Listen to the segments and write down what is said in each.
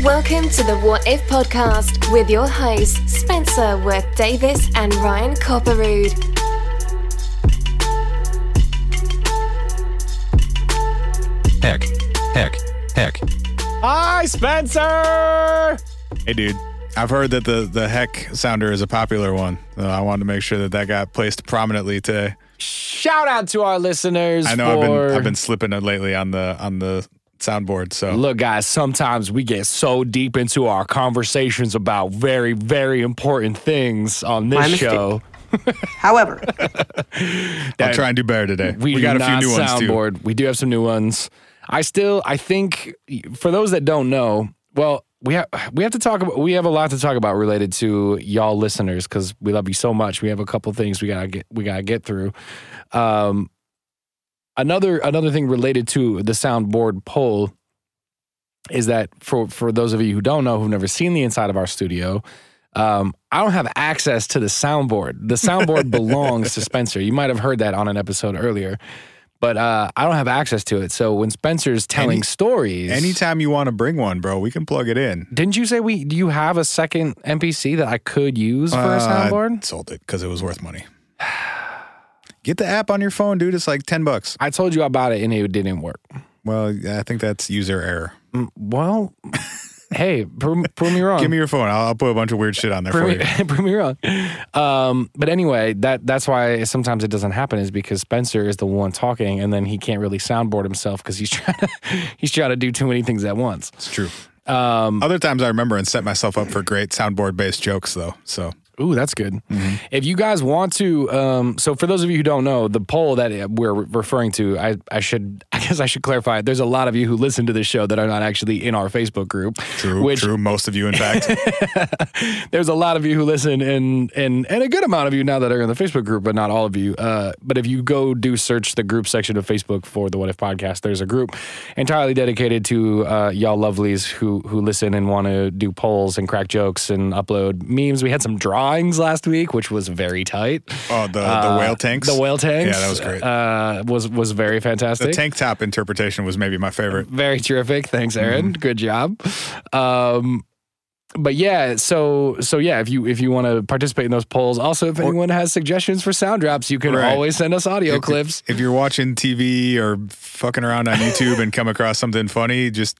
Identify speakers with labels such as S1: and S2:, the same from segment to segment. S1: Welcome to the What If podcast with your hosts, Spencer Worth Davis and Ryan Copperood.
S2: Heck, heck, heck.
S3: Hi, Spencer.
S4: Hey, dude. I've heard that the, the heck sounder is a popular one. So I wanted to make sure that that got placed prominently today.
S3: Shout out to our listeners.
S4: I
S3: for...
S4: know I've been I've been slipping it lately on the on the soundboard. So
S3: Look, guys, sometimes we get so deep into our conversations about very, very important things on this
S5: My mistake.
S3: show.
S5: However,
S4: I'll try and do better today.
S3: We,
S4: We, got a few new ones too.
S3: soundboard. We do have some new ones. I still, I think, for those that don't know, well, we have we have to talk about we have a lot to talk about related to y'all listeners because we love you so much. We have a couple things we gotta get we gotta get through. Um, another another thing related to the soundboard poll is that for for those of you who don't know who've never seen the inside of our studio um, I don't have access to the soundboard. The soundboard belongs to Spencer. You might have heard that on an episode earlier, but uh, I don't have access to it. So when Spencer's telling
S4: Any-
S3: stories,
S4: Anytime you want to bring one, bro, we can plug it in.
S3: didn't you say we? Do you have a second NPC that I could use for a
S4: Uh,
S3: soundboard?
S4: sold it because it was worth money. Get the app on your phone, dude. It's like ten bucks.
S3: I told you about it and it didn't work.
S4: Well, I think that's user error.
S3: Mm, Well, hey, prove, prove me wrong.
S4: Give me your phone. I'll, I'll put a bunch of weird shit on there for
S3: prove,
S4: you.
S3: me, prove me wrong. Um, but anyway, that that's why sometimes it doesn't happen is because Spencer is the one talking, and then he can't really soundboard himself because he's trying to, he's trying to do too many things at once.
S4: It's true.
S3: Um,
S4: Other times I remember and set myself up for great soundboard based jokes though. So
S3: Ooh, that's good.
S4: Mm-hmm.
S3: If you guys want to, um, so for those of you who don't know, the poll that we're referring to, I, I should, I guess I should clarify. There's a lot of you who listen to this show that are not actually in our Facebook group.
S4: true,
S3: Which-
S4: true. Most of you, in fact.
S3: There's a lot of you who listen, and and and a good amount of you now that are in the Facebook group, but not all of you. Uh, but if you go do search the group section of Facebook for the What If podcast, there's a group entirely dedicated to uh, y'all lovelies who who listen and want to do polls and crack jokes and upload memes. We had some drawings last week, which was very tight.
S4: Oh, the,
S3: Uh,
S4: the whale tanks.
S3: The whale tanks.
S4: Yeah, that was great.
S3: Uh, was was very
S4: the
S3: fantastic.
S4: tank top interpretation was maybe my favorite.
S3: very terrific. Thanks,
S4: Mm-hmm.
S3: Aaron. Good job. Um, but yeah, so so yeah, if you if you want to participate in those polls, also if anyone has suggestions for sound drops, you can
S4: Right.
S3: always send us audio
S4: If-
S3: clips.
S4: If you're watching TV or fucking around on YouTube and come across something funny, just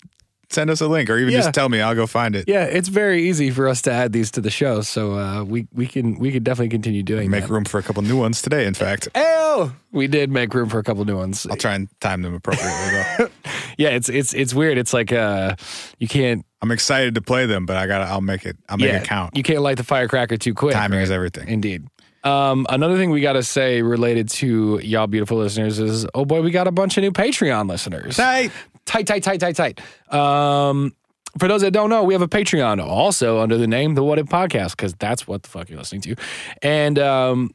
S4: send us a link or even
S3: Yeah.
S4: just tell me. I'll go find it.
S3: Yeah, it's very easy for us to add these to the show, so uh, we we can we can definitely continue doing
S4: Make
S3: that.
S4: room for a couple new ones today, in fact.
S3: Ew! We did make room for a couple new ones.
S4: I'll try and time them appropriately, though.
S3: Yeah, it's it's it's weird. It's like uh, you can't
S4: I'm excited to play them, but I got. to I'll make it. I'll make
S3: yeah,
S4: it count.
S3: You can't light the firecracker too quick.
S4: Timing is everything.
S3: Indeed. Um, another thing we got to say related to y'all beautiful listeners is, oh boy, we got a bunch of new Patreon listeners.
S4: Tight.
S3: Tight, tight, tight, tight, tight. Um, for those that don't know, we have a Patreon also under the name The What If Podcast because that's what the fuck you're listening to. And um,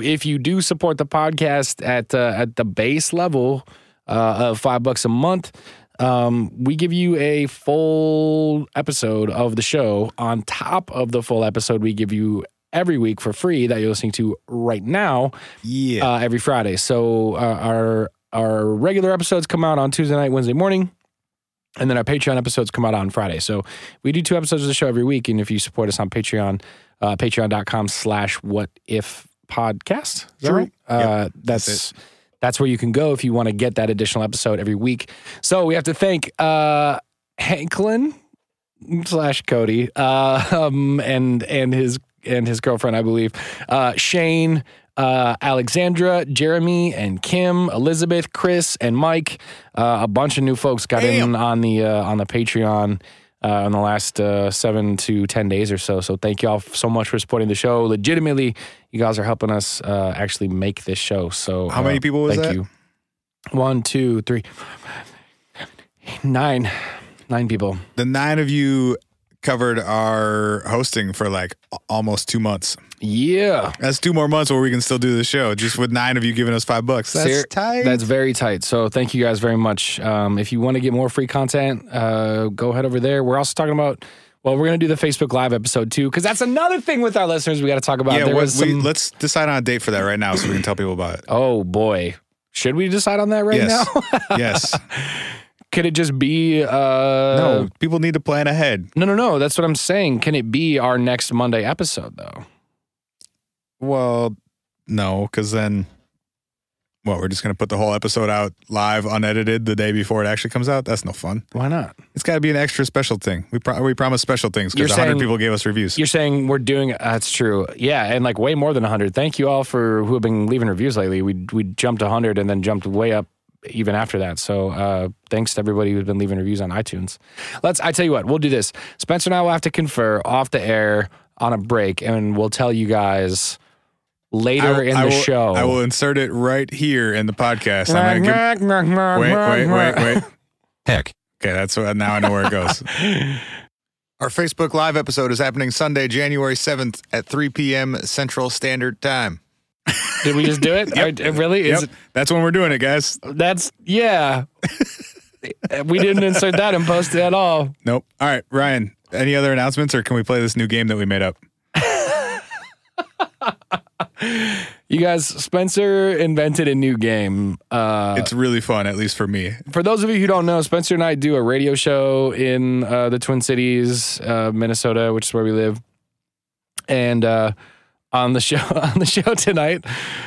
S3: if you do support the podcast at uh, at the base level uh, of five bucks a month, um, we give you a full episode of the show on top of the full episode we give you every week for free that you're listening to right now
S4: Yeah.
S3: uh, every Friday. So uh, our our regular episodes come out on Tuesday night, Wednesday morning, and then our Patreon episodes come out on Friday. So we do two episodes of the show every week, and if you support us on Patreon, uh, patreon.com slash what if podcast. Is that
S4: True.
S3: right? Uh, that's
S4: That's
S3: that's, where you can go if you want to get that additional episode every week. So we have to thank uh, Hanklin slash Cody uh, um, and and his and his girlfriend, I believe, uh, Shane, uh, Alexandra, Jeremy, and Kim, Elizabeth, Chris, and Mike. Uh, a bunch of new folks got in on the uh, on the Patreon. Uh, in the last uh, seven to ten days or so, so thank y'all so much for supporting the show. Legitimately, you guys are helping us uh, actually make this show. So,
S4: How many
S3: uh,
S4: people was
S3: thank
S4: that?
S3: you. One, two, three, nine, nine people.
S4: the nine of you covered our hosting for like a- almost two months.
S3: Yeah.
S4: That's two more months where we can still do the show, just with nine of you giving us five bucks. That's
S3: Ser-
S4: tight.
S3: That's very tight. So thank you guys very much. Um, if you want to get more free content, uh, go head over there. We're also talking about. Well, we're gonna do the Facebook Live episode too, because that's another thing with our listeners we got to talk about.
S4: yeah,
S3: there
S4: what,
S3: was some.
S4: we, let's decide on a date for that right now, so we can tell people about it.
S3: oh boy, should we decide on that right
S4: yes,
S3: now?
S4: yes.
S3: Could it just be? Uh,
S4: No, people need to plan ahead.
S3: no, no, no. That's what I'm saying. Can it be our next Monday episode though?
S4: Well, no, because then what? We're just gonna put the whole episode out live, unedited, the day before it actually comes out. That's no fun.
S3: Why not?
S4: It's got to be an extra special thing. We pro- we promise special things
S3: You're
S4: because hundred
S3: saying-
S4: people gave us reviews.
S3: You're saying we're doing. That's true. Yeah, and like way more than 100. Thank you all for who have been leaving reviews lately. We we jumped 100 and then jumped way up even after that. So uh, thanks to everybody who's been leaving reviews on iTunes. Let's. I tell you what, we'll do this. Spencer and I will have to confer off the air on a break, and we'll tell you guys later
S4: I will-
S3: in
S4: I
S3: the
S4: will-
S3: show.
S4: I will insert it right here in the podcast. I'm gonna give, wait, wait, wait, wait.
S2: heck,
S4: Okay, that's what, now I know where it goes. Our Facebook Live episode is happening Sunday, January 7th at 3 p.m. Central Standard Time.
S3: Did we just do it? Are- really? Is
S4: Yep, that's when we're doing it, guys.
S3: it, that's yeah. we didn't insert that and post it at all.
S4: Nope. All right, Ryan, any other announcements or can we play this new game that we made up?
S3: You guys, Spencer invented a new game. Uh,
S4: It's really fun, at least for me.
S3: for those of you who don't know, Spencer and I do a radio show in uh, the Twin Cities, uh, Minnesota, which is where we live. And uh, on the show, on the show tonight,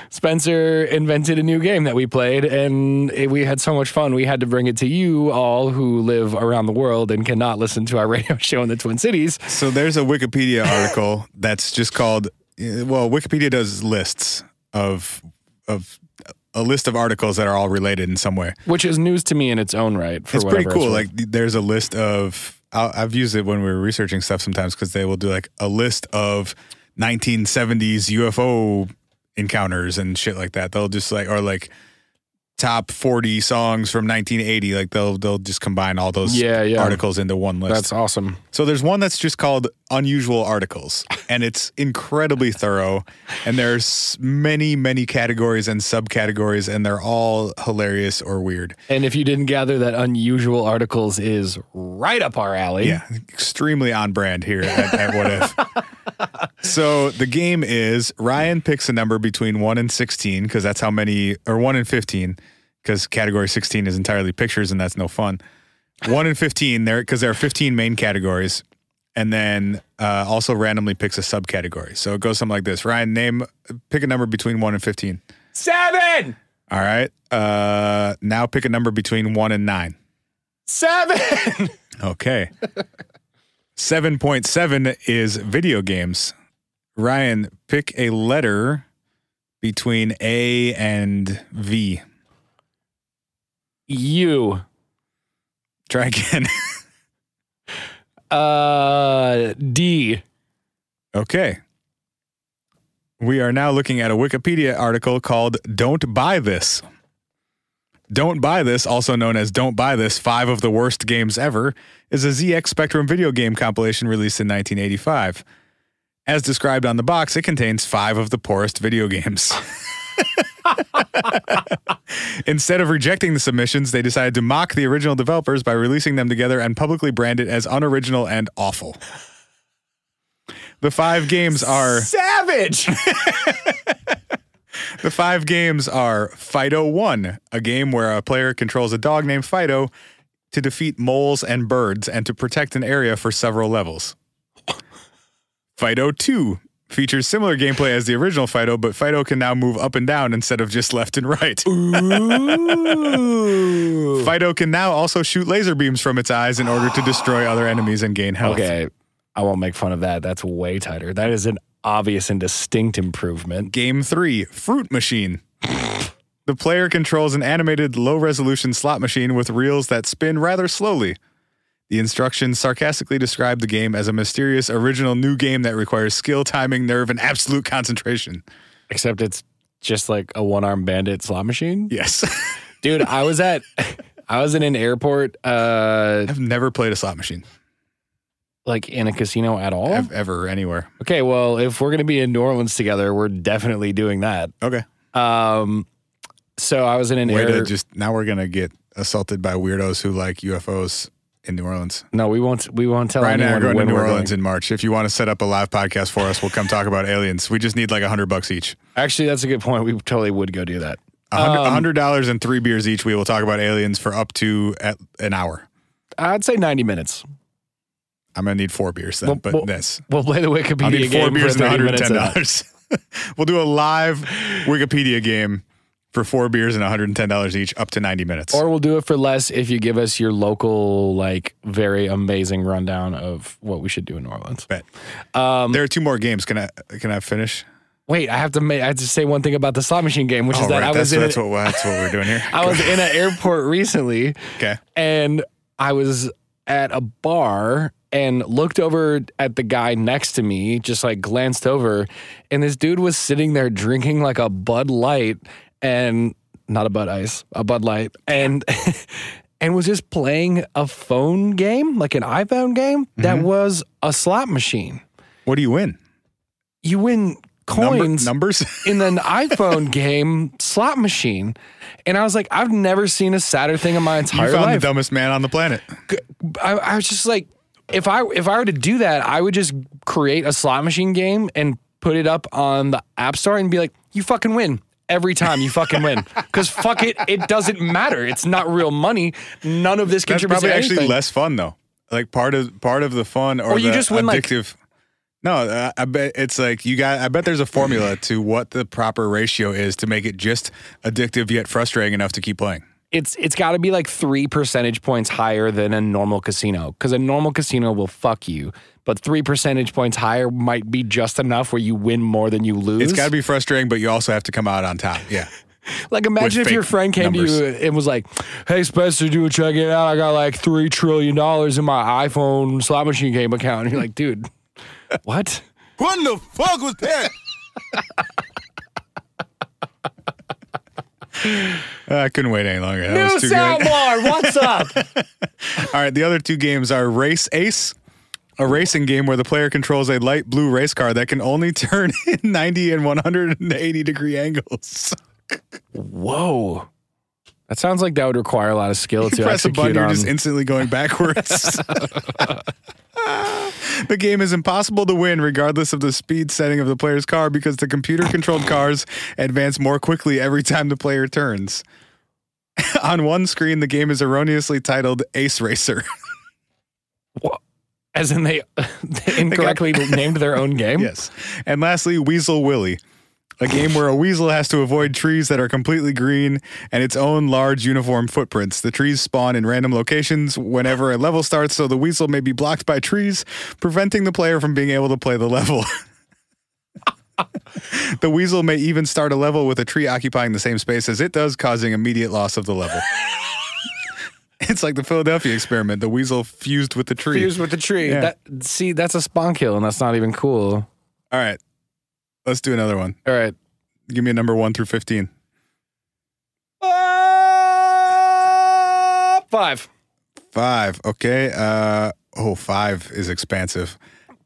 S3: Spencer invented a new game that we played, and it, we had so much fun. We had to bring it to you all who live around the world and cannot listen to our radio show in the Twin Cities.
S4: So there's a Wikipedia article that's just called eh, well, Wikipedia does lists of of a list of articles that are all related in some way.
S3: which is news to me in its own right. For
S4: it's pretty
S3: whatever it's
S4: cool.
S3: worth.
S4: Like th- there's a list of I'll, I've used it when we were researching stuff sometimes because they will do like a list of 1970s UFO encounters and shit like that. They'll just like or like top 40 songs from 1980. Like they'll they'll just combine all those
S3: Yeah, yeah.
S4: articles into one list.
S3: that's awesome.
S4: So there's one that's just called Unusual Articles, and it's incredibly thorough. And there's many, many categories and subcategories, and they're all hilarious or weird.
S3: And if you didn't gather that unusual articles is right up our alley.
S4: Yeah, extremely on brand here at, at What If. So the game is Ryan picks a number between 1 and 16, because that's how many, or 1 and 15, because category 16 is entirely pictures, and that's no fun. 1 and 15, there because there are 15 main categories, and then uh, also randomly picks a subcategory. So it goes something like this Ryan, name, pick a number between 1 and 15.
S3: Seven,
S4: All right. Uh, now pick a number between 1 and 9.
S3: seven.
S4: Okay. 7.7 is video games. Ryan, pick a letter between A and V.
S3: you,
S4: Try again.
S3: uh, D.
S4: okay. We are now looking at a Wikipedia article called Don't Buy This. Don't Buy This, also known as Don't Buy This, Five of the Worst Games Ever, is a ZX Spectrum video game compilation released in 1985. As described on the box, it contains five of the poorest video games. Instead of rejecting the submissions, they decided to mock the original developers by releasing them together and publicly brand it as unoriginal and awful. The five games are
S3: Savage.
S4: the five games are Fido One, a game where a player controls a dog named Fido to defeat moles and birds and to protect an area for several levels. Fido Two features similar gameplay as the original Fido, but Fido can now move up and down instead of just left and right.
S3: Ooh.
S4: Fido can now also shoot laser beams from its eyes in order to destroy other enemies and gain health.
S3: Okay, I won't make fun of that. That's way tighter. That is an obvious and distinct improvement.
S4: Game three, Fruit Machine. the player controls an animated low resolution slot machine with reels that spin rather slowly. The instructions sarcastically describe the game as a mysterious original new game that requires skill, timing, nerve, and absolute concentration.
S3: Except it's just like a one-armed bandit slot machine.
S4: Yes.
S3: Dude, I was at. I was in an airport, uh,
S4: I've never played a slot machine.
S3: like in a casino at all.
S4: Ev- ever, anywhere.
S3: Okay, well, if we're gonna be in New Orleans together, we're definitely doing that.
S4: Okay.
S3: Um, so I was in an
S4: Way
S3: air.
S4: to just now we're gonna get assaulted by weirdos who like UFOs in New Orleans.
S3: no, we won't. We won't tell
S4: Brian and I
S3: anyone
S4: are going to
S3: when
S4: New
S3: we're
S4: Orleans
S3: going.
S4: in March. If you want to set up a live podcast for us, we'll come talk about aliens. We just need like a hundred bucks each.
S3: Actually, that's a good point. We totally would go do that.
S4: A hundred- a hundred dollars and three beers each. We will talk about aliens for up to at an hour.
S3: I'd say 90 minutes.
S4: I'm gonna need four beers then,
S3: Well,
S4: but
S3: well,
S4: this
S3: We'll play the
S4: I'll
S3: Wikipedia
S4: need four
S3: game
S4: beers
S3: for
S4: and
S3: 30 minutes. of-
S4: $110. we'll do a live Wikipedia game for four beers and $110 each up to 90 minutes.
S3: Or we'll do it for less if you give us your local, like, very amazing rundown of what we should do in New Orleans. Um,
S4: Bet. there are two more games. Can I can I finish?
S3: Wait, I have to make, I have to say one thing about the slot machine game, which is that I
S4: that's,
S3: was in
S4: that's
S3: a-
S4: what that's what we're doing here.
S3: I was in an airport recently.
S4: okay.
S3: and I was at a bar and looked over at the guy next to me, just like glanced over, and this dude was sitting there drinking like a Bud Light and not a Bud Ice, a Bud Light, and and was just playing a phone game, like an iPhone game that
S4: Mm-hmm.
S3: was a slot machine.
S4: What do you win?
S3: You win
S4: Number-
S3: coins
S4: numbers?
S3: in an iPhone game slot machine. And I was like, I've never seen a sadder thing in my
S4: you
S3: entire
S4: found
S3: life.
S4: the dumbest man on the planet.
S3: I, I was just like, if I if I were to do that, I would just create a slot machine game and put it up on the app store and be like, you fucking win every time. You fucking win because fuck it, it doesn't matter. It's not real money. None of this
S4: That's
S3: contributes
S4: probably
S3: to
S4: actually
S3: anything.
S4: less fun though. Like part of part of the fun or,
S3: Or you
S4: the
S3: just win, like-
S4: addictive. no, I, I bet it's like you got. I bet there's a formula to what the proper ratio is to make it just addictive yet frustrating enough to keep playing.
S3: It's it's got to be like three percentage points higher than a normal casino because a normal casino will fuck you. But three percentage points higher might be just enough where you win more than you lose.
S4: It's got to be frustrating, but you also have to come out on top. Yeah.
S3: Like imagine
S4: with
S3: if your
S4: fake
S3: friend came
S4: numbers.
S3: to you and was like, "Hey Spencer, do check it out. I got like three trillion dollars in my iPhone slot machine game account." And you're like, "Dude, what?"
S4: What the fuck was that? I couldn't wait any longer. That was too good.
S3: What's up?
S4: All right, the other two games are Race Ace, a racing game where the player controls a light blue race car that can only turn in 90 and 180 degree angles.
S3: Whoa, that sounds like that would require a lot of skill to
S4: Press a
S3: execute
S4: button, you're
S3: on.
S4: just instantly going backwards. the game is impossible to win regardless of the speed setting of the player's car because the computer controlled cars advance more quickly every time the player turns. On one screen, the game is erroneously titled Ace Racer.
S3: Wha- as in they, they incorrectly named their own game.
S4: Yes. And lastly, Weasel Willy, a game where a weasel has to avoid trees that are completely green and its own large uniform footprints. The trees spawn in random locations whenever a level starts, so the weasel may be blocked by trees, preventing the player from being able to play the level. the weasel may even start a level with a tree occupying the same space as it does, causing immediate loss of the level. It's like the Philadelphia experiment. The weasel fused with the tree.
S3: Fused with the tree.
S4: Yeah.
S3: That, see, that's a spawn kill, and that's not even cool.
S4: All right. Let's do another one.
S3: All right.
S4: Give me a number one through 15.
S3: Uh, five.
S4: Five. Okay. Uh, oh, five is expansive.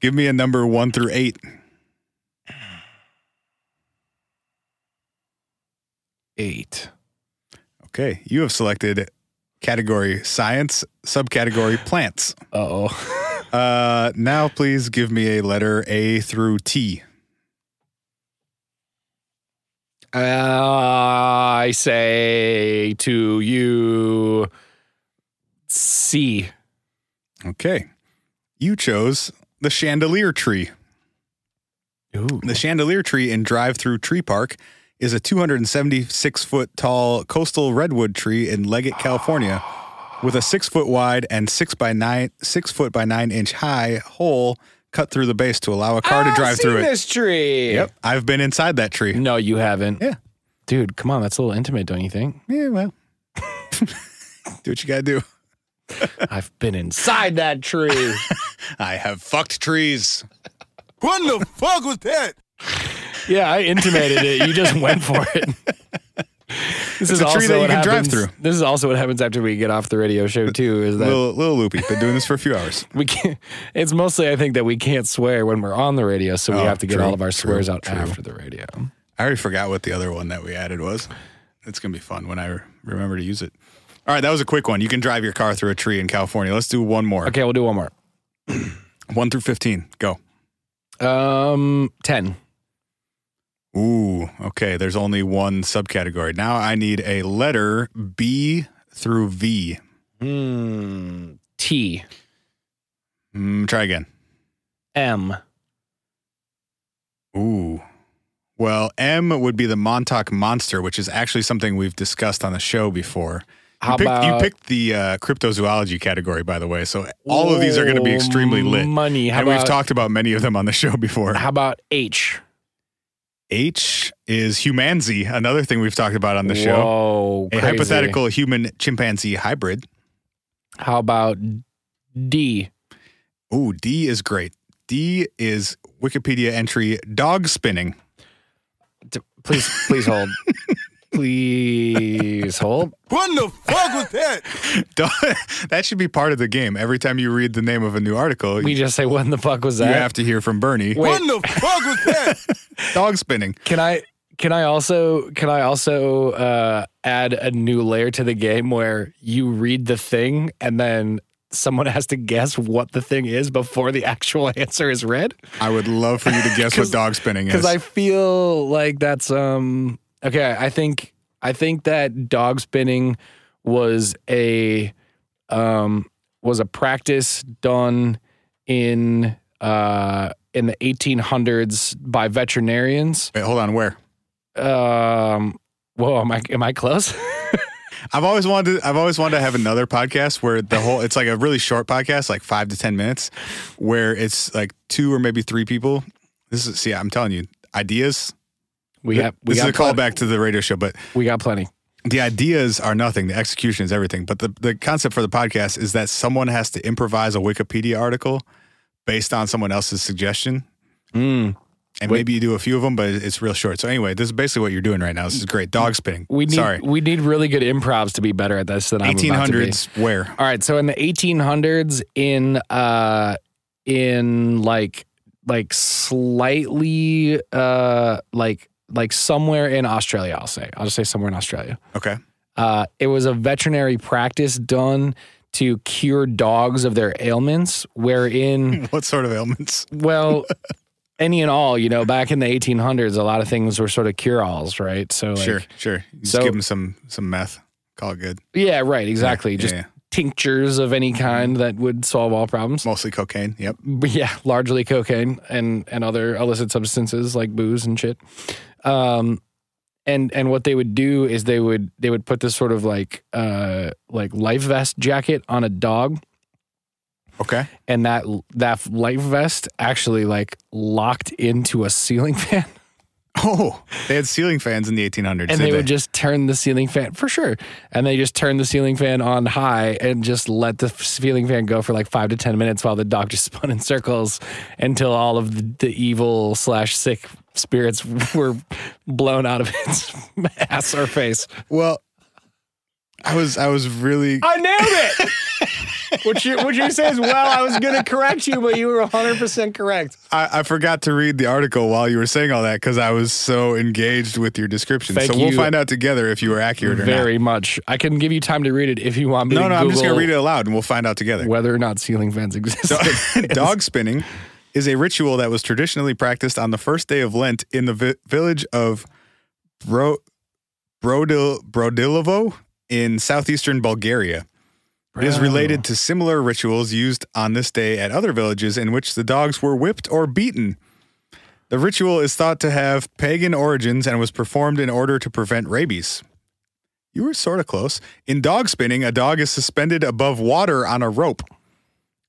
S4: Give me a number one through eight.
S3: Eight.
S4: Okay. You have selected category science, subcategory plants.
S3: Uh oh.
S4: Uh, now, please give me a letter A through T.
S3: Uh, I say to you, C.
S4: Okay. You chose the chandelier tree.
S3: Ooh.
S4: The chandelier tree in Drive Through Tree Park is a 276 foot tall coastal redwood tree in Leggett, California, with a six foot wide and six by nine six foot by nine inch high hole cut through the base to allow a car
S3: Ah,
S4: to drive through it.
S3: this tree.
S4: Yep, I've been inside that tree.
S3: No, you haven't.
S4: Yeah.
S3: Dude, come on. That's a little intimate, don't you think?
S4: Yeah, well, do what you gotta do.
S3: I've been inside that tree.
S4: I have fucked trees. What the fuck was that?
S3: yeah, I intimated it. You just went for it. This is
S4: a tree
S3: also
S4: that you
S3: what
S4: can drive
S3: happens-
S4: through.
S3: This is also what happens after we get off the radio show too. Is that
S4: Little, little loopy. Been doing this for a few hours.
S3: we can't? It's mostly I think that we can't swear when we're on the radio, so we
S4: Oh,
S3: have to get
S4: true,
S3: all of our
S4: true,
S3: swears out
S4: true.
S3: after the radio.
S4: I already forgot what the other one that we added was. It's gonna be fun when I re- remember to use it. All right, that was a quick one. You can drive your car through a tree in California. Let's do one more.
S3: Okay, we'll do one more.
S4: One through fifteen. Go.
S3: Um, ten.
S4: Ooh, okay. There's only one subcategory. Now I need a letter B through V.
S3: Hmm. T
S4: Mm, try again.
S3: M.
S4: Ooh. Well, M would be the Montauk Monster, which is actually something we've discussed on the show before. You
S3: How
S4: picked,
S3: about
S4: you picked the uh, cryptozoology category, by the way. So all of these are going to be
S3: Oh,
S4: extremely lit.
S3: Money. How
S4: and
S3: about
S4: we've talked about many of them on the show before.
S3: how about H?
S4: H is humanzi, another thing we've talked about on the show.
S3: Whoa,
S4: A
S3: crazy.
S4: hypothetical human chimpanzee hybrid.
S3: How about D?
S4: Ooh, D is great. D is Wikipedia entry dog spinning.
S3: D- Please, please hold. please hold.
S5: What in the fuck was that?
S4: Dog- that should be part of the game. Every time you read the name of a new article,
S3: We
S4: you
S3: just say, "What in the fuck was that?"
S4: have to hear from Bernie.
S3: Wait.
S5: What in the fuck was that?
S4: Dog spinning.
S3: Can I? Can I also? Can I also uh, add a new layer to the game where you read the thing and then someone has to guess what the thing is before the actual answer is read?
S4: I would love for you to guess what
S3: 'Cause-
S4: dog spinning is.
S3: because I feel like that's um okay. I think I think that dog spinning was a um was a practice done in uh in the 1800s by veterinarians.
S4: Wait, hold on, where?
S3: Um, whoa, am I am I close?
S4: I've always wanted. I've always wanted to have another podcast where the whole. It's like a really short podcast, like five to ten minutes, where it's like two or maybe three people. This is see. I'm telling you, ideas.
S3: we got we
S4: this
S3: got
S4: is a callback to the radio show, but
S3: plenty. We got plenty.
S4: the ideas are nothing. The execution is everything. But the, the concept for the podcast is that someone has to improvise a Wikipedia article based on someone else's suggestion.
S3: Mm.
S4: And
S3: Wait.
S4: maybe you do a few of them, but it's real short. So anyway, this is basically what you're doing right now. This is great. Dog spinning.
S3: We need
S4: Sorry.
S3: we need really good improvs to be better at this than I'm about to be.
S4: 1800s. Where?
S3: All right, so in the 1800s in uh in like like slightly uh like like somewhere in Australia, I'll say. I'll just say somewhere in Australia.
S4: Okay.
S3: Uh it was a veterinary practice done to cure dogs of their ailments wherein
S4: What sort of ailments?
S3: well any and all, you know, back in the 1800s a lot of things were sort of cure-alls, right? So like
S4: sure. Sure. You Just
S3: so-
S4: give them some some meth. Call it good.
S3: yeah, right, exactly.
S4: Yeah, Mm-hmm.
S3: just
S4: yeah.
S3: tinctures of any kind that would solve all problems.
S4: mostly cocaine. Yep.
S3: yeah, largely cocaine and and other illicit substances like booze and shit. Um, and and what they would do is they would they would put this sort of like uh like life vest jacket on a dog,
S4: Okay.
S3: and that that life vest actually like locked into a ceiling fan,
S4: Oh, they had ceiling fans in the 1800s.
S3: and
S4: did
S3: they would just turn the ceiling fan for sure, and they just turn the ceiling fan on high and just let the ceiling fan go for like five to ten minutes while the dog just spun in circles until all of the, the evil slash sick spirits were blown out of its ass or face.
S4: well, I was I was really
S3: I nailed it. What you what you say is well, I was gonna correct you, but you were hundred percent correct.
S4: I, I forgot to read the article while you were saying all that because I was so engaged with your description.
S3: Thank
S4: so we'll
S3: you.
S4: find out together if you were accurate or
S3: Very much. I can give you time to read it if you want me
S4: not. No,
S3: to
S4: no, I'm just gonna
S3: Google
S4: read it aloud and we'll find out together.
S3: whether or not ceiling fans exist.
S4: Dog spinning is a ritual that was traditionally practiced on the first day of Lent in the vi- village of Bro Brodil Brodilovo in southeastern Bulgaria. It is related to similar rituals used on this day at other villages in which the dogs were whipped or beaten. The ritual is thought to have pagan origins and was performed in order to prevent rabies. You were sort of close. In dog spinning, a dog is suspended above water on a rope.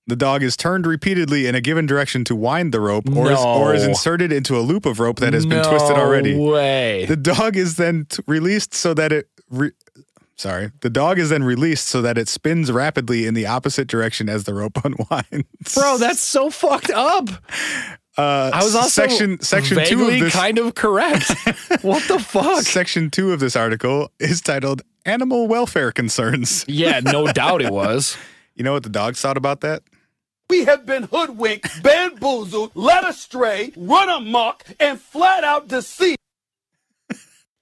S4: The dog is turned repeatedly in a given direction to wind the rope or, is, or is
S3: No.
S4: inserted into a loop of rope that has been twisted
S3: No
S4: already.
S3: Way.
S4: The dog is then t- released so that it. Re- Sorry. The dog is then released so that it spins rapidly in the opposite direction as the rope unwinds.
S3: Bro, that's so fucked up.
S4: Uh,
S3: I was also
S4: section section
S3: vaguely
S4: two of this
S3: kind of correct. what the fuck?
S4: section two of this article is titled "Animal Welfare Concerns."
S3: yeah, no doubt it was.
S4: You know what the dogs thought about that?
S5: We have been hoodwinked, bamboozled, led astray, run amok, and flat out deceived.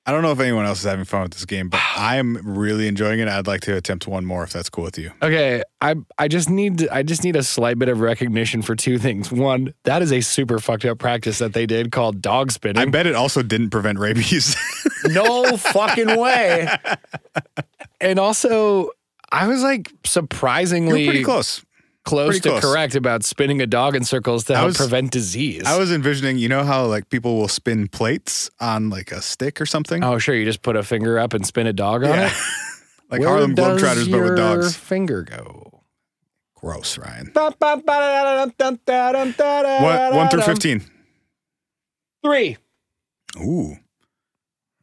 S4: I don't know if anyone else is having fun with this game, but I am really enjoying it. I'd like to attempt one more if that's cool with you.
S3: Okay, I I just need I just need a slight bit of recognition for two things. One, that is a super fucked up practice that they did called dog spinning.
S4: I bet it also didn't prevent rabies.
S3: no fucking way. And also, I was like
S4: You're
S3: surprisingly
S4: pretty close.
S3: close
S4: pretty
S3: to
S4: close.
S3: correct about spinning a dog in circles to help
S4: was-
S3: prevent disease.
S4: I was envisioning, you know how like people will spin plates on like a stick or something?
S3: oh, sure, you just put a finger up and spin a dog on
S4: yeah.
S3: it.
S4: like
S3: Where
S4: Harlem
S3: does
S4: Globetrotters, but with
S3: your
S4: dogs.
S3: Finger go.
S4: Gross, Ryan. One,
S3: One,
S4: one through 15.
S3: Three.
S4: Ooh.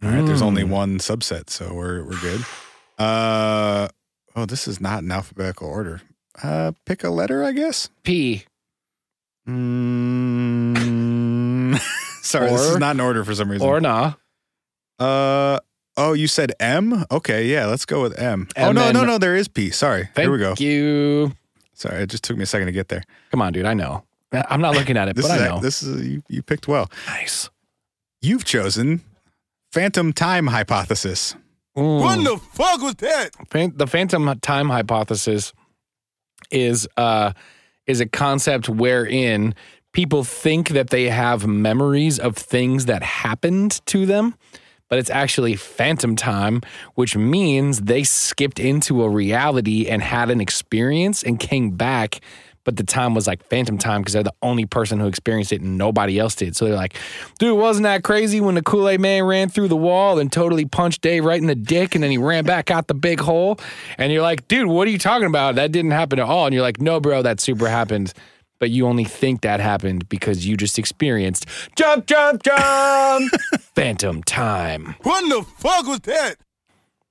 S4: All right. There's
S3: Hmm.
S4: only one subset, so we're we're good. Uh oh, this is not in alphabetical order. Uh pick a letter, I guess.
S3: P.
S4: Mm, sorry, this is
S3: Or-
S4: not in order for some reason.
S3: Or nah.
S4: uh oh, you said M? Okay, yeah, let's go with M. oh
S3: And
S4: no, no,
S3: then-
S4: no, there is P. Sorry.
S3: Thank
S4: Here we go.
S3: you.
S4: Sorry, it just took me a second to get there.
S3: Come on, dude. I know. I'm not looking at it,
S4: This
S3: but
S4: is
S3: I
S4: ac-
S3: know.
S4: this is you, you picked well.
S3: nice.
S4: You've chosen phantom time hypothesis.
S5: What the fuck was that?
S3: Mm. Fan- the phantom time hypothesis is uh is a concept wherein people think that they have memories of things that happened to them but it's actually phantom time which means they skipped into a reality and had an experience and came back but the time was like phantom time because they're the only person who experienced it and nobody else did. So they're like, dude, wasn't that crazy when the Kool Aid man ran through the wall and totally punched Dave right in the dick and then he ran back out the big hole? And you're like, dude, what are you talking about? That didn't happen at all. And you're like, no, bro, that super happened. But you only think that happened because you just experienced jump, jump, jump, phantom time.
S5: What the fuck was that?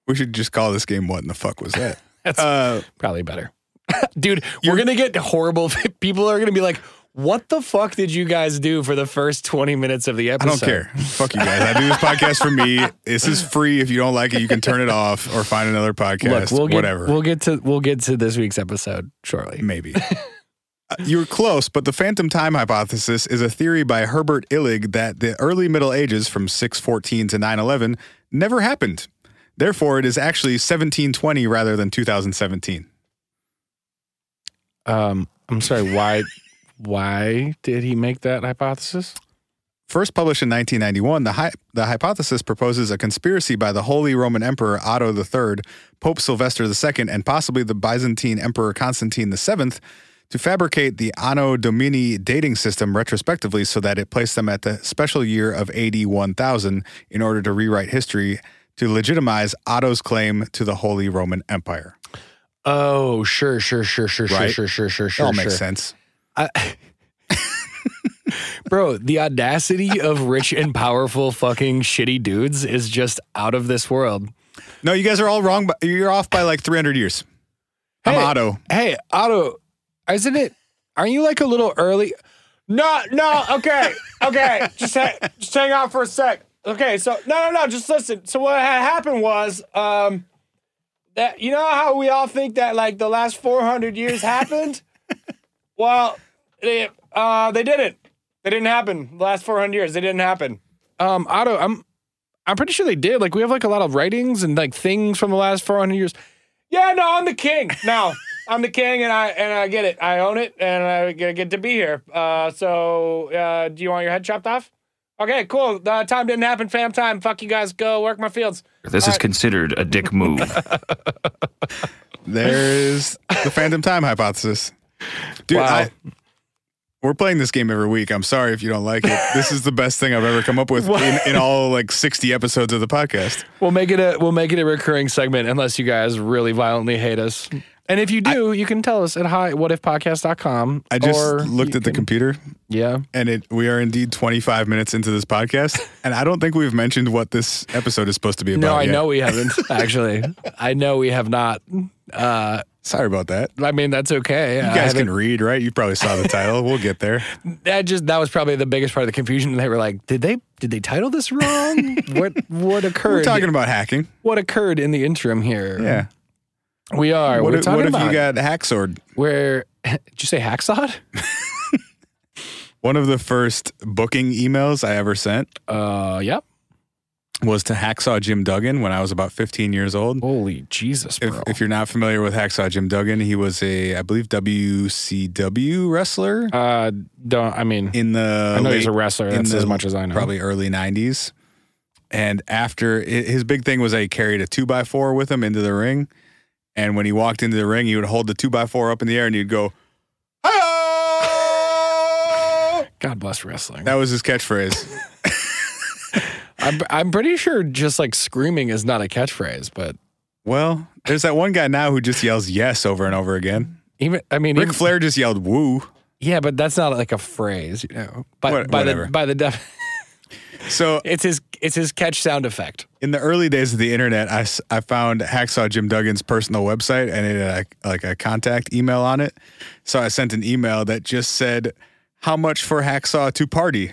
S4: We should just call this game "What in the fuck was that?" uh,
S3: Probably better. Dude, we're going to get horrible. People are going to be like, what the fuck did you guys do for the first 20 minutes of the
S4: I
S3: episode?
S4: don't care. Fuck you guys. I do this podcast for me. This is free. If you don't like it, you can turn it off or find another podcast.
S3: we'll get,
S4: whatever.
S3: We'll get to we'll get to this week's episode shortly.
S4: Maybe. Uh, You were close, but the phantom time hypothesis is a theory by Herbert Illig that the early Middle Ages from 614 to 911 never happened. Therefore, it is actually 1720 rather than 2017.
S3: Um, I'm sorry. Why? why did he make that hypothesis?
S4: First published in 1991, the, hy- the hypothesis proposes a conspiracy by the Holy Roman Emperor Otto III, Pope Sylvester II, and possibly the Byzantine Emperor Constantine VII to fabricate the Anno Domini dating system retrospectively so that it placed them at the special year of AD 1000 in order to rewrite history to legitimize Otto's claim to the Holy Roman Empire.
S3: Oh, sure, sure, sure, sure,
S4: Right.
S3: sure, sure, sure, sure,
S4: It
S3: sure.
S4: all makes sense.
S3: Bro, the audacity of rich and powerful fucking shitty dudes is just out of this world.
S4: No, you guys are all wrong. But you're off by like 300 years. I'm
S3: Hey.
S4: Otto.
S3: Hey, Otto, isn't it? Aren't you like a little early? No, no. Okay, okay. just, ha- just hang on for a sec. Okay, so no, no, no. Just listen. So what had happened was, um, that you know how we all think that like the last four hundred years happened. well, they uh they didn't. They didn't happen. The last four hundred years, they didn't happen. Um, Otto, I'm. I'm pretty sure they did. Like we have like a lot of writings and like things from the last 400 years. Yeah, no, I'm the king now. I'm the king, and I and I get it. I own it, and I get, get to be here. Uh, so, uh, do you want your head chopped off? Okay, cool. Uh, time didn't happen. Fam, time. Fuck you guys. Go work my fields.
S6: This is considered a dick move.
S4: There's the Phantom Time hypothesis. Dude,
S3: Wow.
S4: I, we're playing this game every week. I'm sorry if you don't like it. This is the best thing I've ever come up with in, in all like 60 episodes of the podcast.
S3: We'll make it a we'll make it a recurring segment unless you guys really violently hate us. And if you do, you can tell us at hi whatifpodcast.com.
S4: I just looked at the computer
S3: yeah.
S4: and it we are indeed 25 minutes into this podcast and I don't think we've mentioned what this episode is supposed to be about.
S3: No, I
S4: yet.
S3: know we haven't actually. I know we have not. Uh,
S4: Sorry about that.
S3: I mean that's okay.
S4: You guys can read, right? You probably saw the title. We'll get there.
S3: that just that was probably the biggest part of the confusion. They were like, "Did they did they title this wrong? what what occurred?
S4: We're talking about hacking.
S3: what occurred in the interim here?
S4: Yeah.
S3: we are.
S4: what
S3: We're
S4: if,
S3: talking
S4: what if
S3: about
S4: you got Hacksword?
S3: where? Did you say hacksawed?
S4: One of the first booking emails I ever sent.
S3: Uh, yep.
S4: was to Hacksaw Jim Duggan when I was about 15 years old.
S3: Holy Jesus, bro.
S4: If, if you're not familiar with Hacksaw Jim Duggan, he was a, I believe, WCW wrestler
S3: uh, don't, I mean,
S4: in the.
S3: I know he's a
S4: late-
S3: wrestler.
S4: in
S3: That's as
S4: the
S3: much as I know.
S4: Probably early 90s. And after hi- his big thing was that he carried a two by four with him into the ring. And when he walked into the ring, he would hold the two by four up in the air and he'd go, "Hi-oh!"
S3: God bless wrestling.
S4: That was his catchphrase.
S3: I'm, I'm pretty sure just like screaming is not a catchphrase, but
S4: well, there's that one guy now who just yells yes over and over again.
S3: even, I mean,
S4: Ric
S3: even-
S4: Flair just yelled woo.
S3: yeah, but that's not like a phrase, you know. By,
S4: What-
S3: by the
S4: whatever.
S3: by the def-
S4: So
S3: it's his it's his catch sound effect.
S4: in the early days of the internet, I, s- I found Hacksaw Jim Duggan's personal website and it had a, like a contact email on it. So I sent an email that just said, How much for Hacksaw to party?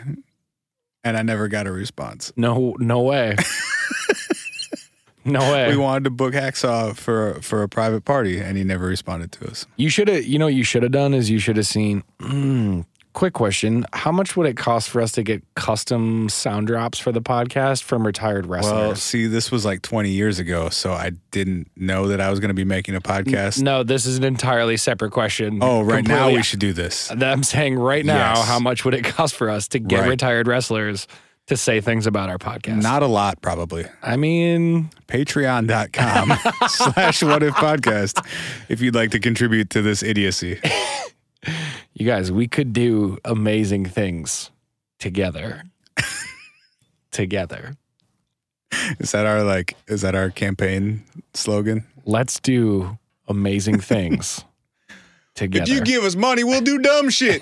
S4: And I never got a response.
S3: No, no way. no way.
S4: We wanted to book Hacksaw for, for a private party and he never responded to us.
S3: You should have, you know, what you should have done is you should have seen. Mm, quick question: How much would it cost for us to get custom sound drops for the podcast from retired
S4: Well,
S3: wrestlers?
S4: see, this was like 20 years ago. So I didn't know that I was going to be making a podcast.
S3: no, this is an entirely separate question.
S4: Oh, right now
S3: Completely-
S4: we should do this.
S3: I'm saying right now,
S4: Yes.
S3: how much would it cost for us to get
S4: Right.
S3: retired wrestlers to say things about our podcast?
S4: Not a lot, probably.
S3: I mean,
S4: patreon.com slash what if podcast if you'd like to contribute to this idiocy
S3: you guys, we could do amazing things together. together.
S4: is that our like is that our campaign slogan
S3: Let's do amazing things together.
S4: give us money we'll do dumb shit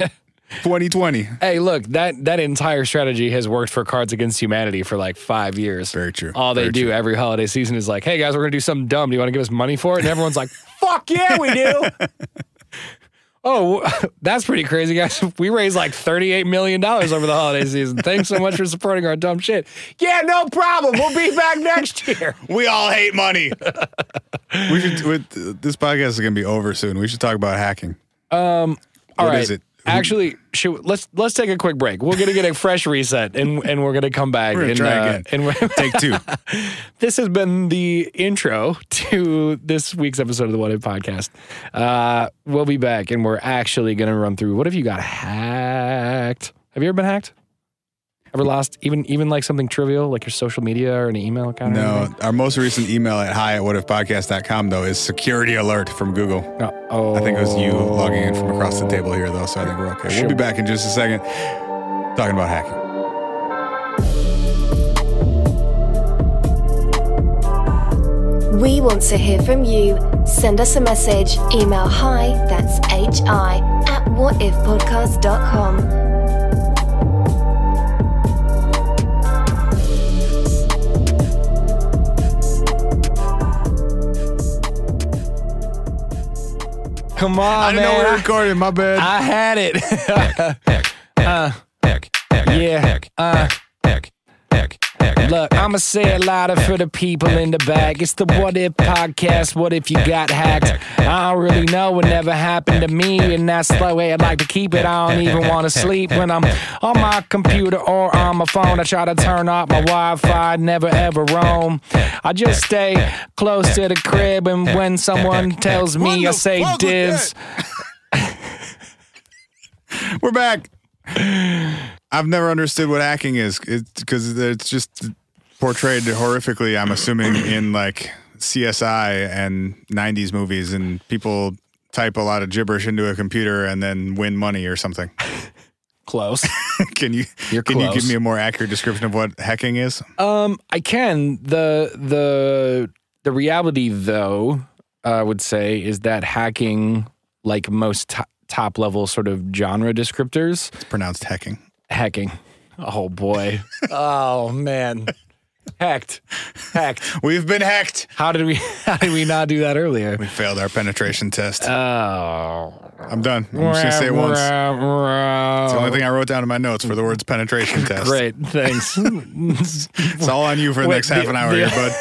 S4: 2020
S3: Hey, look, that that entire strategy has worked for Cards Against Humanity for like five years.
S4: very true
S3: All Oh, they
S4: Very
S3: do
S4: true.
S3: every holiday season is like, "Hey guys, we're gonna do something dumb. Do you want to give us money for it?" And everyone's like, "Fuck yeah, we do." oh, w- that's pretty crazy, guys. We raised like thirty-eight million dollars over the holiday season. Thanks so much for supporting our dumb shit. Yeah, no problem. We'll be back next year.
S4: we all hate money we should with, this podcast is gonna be over soon we should talk about hacking
S3: All right.
S4: What is it? Who-
S3: Actually, should, let's let's take a quick break. We're gonna get a fresh reset, and and we're gonna come back
S4: We're gonna
S3: and
S4: try
S3: uh,
S4: again.
S3: and we're-
S4: take two
S3: this has been the intro to this week's episode of the What If podcast. Uh, we'll be back and we're actually going to run through what if you got hacked? Have you ever been hacked? Ever lost even even like something trivial like your social media or an email account? or
S4: no
S3: anything?
S4: our most recent email at hi at what if podcast.com though is security alert from google
S3: no. Oh,
S4: I think it was you logging in from across the table here, though, so I think we're okay. We'll be back in just a second talking about hacking.
S1: We want to hear from you. Send us a message. Email hi, that's hi, at whatifpodcast.com.
S3: Come on,
S4: I didn't know
S3: man.
S4: we were recording. My bad.
S3: I had it.
S2: Heck. Heck. Heck. Heck.
S3: Uh, yeah,
S2: Heck.
S3: uh,
S2: Heck. Heck. Heck.
S3: Look, I'ma say it louder for the people in the back. It's the What If podcast. What if you got hacked? I don't really know. It never happened to me, and that's the way I'd like to keep it. I don't even want to sleep when I'm on my computer or on my phone. I try to turn off my Wi-Fi, never ever roam. I just stay close to the crib, and when someone tells me, I say
S5: What the fuck was
S3: divs.
S4: we're back. I've never understood what hacking is because it's, just portrayed horrifically, I'm assuming, in like CSI and 90s movies, and people type a lot of gibberish into a computer and then win money or something.
S3: Close.
S4: can you
S3: You're
S4: can you
S3: close.
S4: give me a more accurate description of what hacking is?
S3: Um, I can. the the The reality, though, I would say, is that hacking, like most to- top level sort of genre descriptors,
S4: It's pronounced hacking.
S3: hacking. Oh boy. oh man. Hacked. Hacked.
S4: We've been hacked.
S3: How did we? How did we not do that earlier?
S4: We failed our penetration test.
S3: Oh.
S4: I'm done. I'm just gonna say it once. It's the only thing I wrote down in my notes for the words penetration test.
S3: Great. Thanks.
S4: It's all on you for the
S3: Wait,
S4: next half
S3: the-
S4: an hour
S3: the-
S4: here, bud.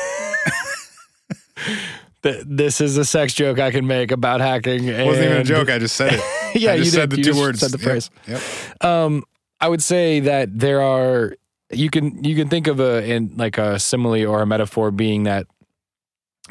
S3: Th- this is a sex joke I can make about hacking.
S4: It wasn't even a
S3: and-
S4: joke. I just said it.
S3: Yeah,
S4: I
S3: you
S4: just said
S3: did.
S4: the
S3: You
S4: two
S3: just
S4: words.
S3: said the
S4: Yep,
S3: phrase.
S4: Yep.
S3: I would say that there are you can you can think of a in like a simile or a metaphor being that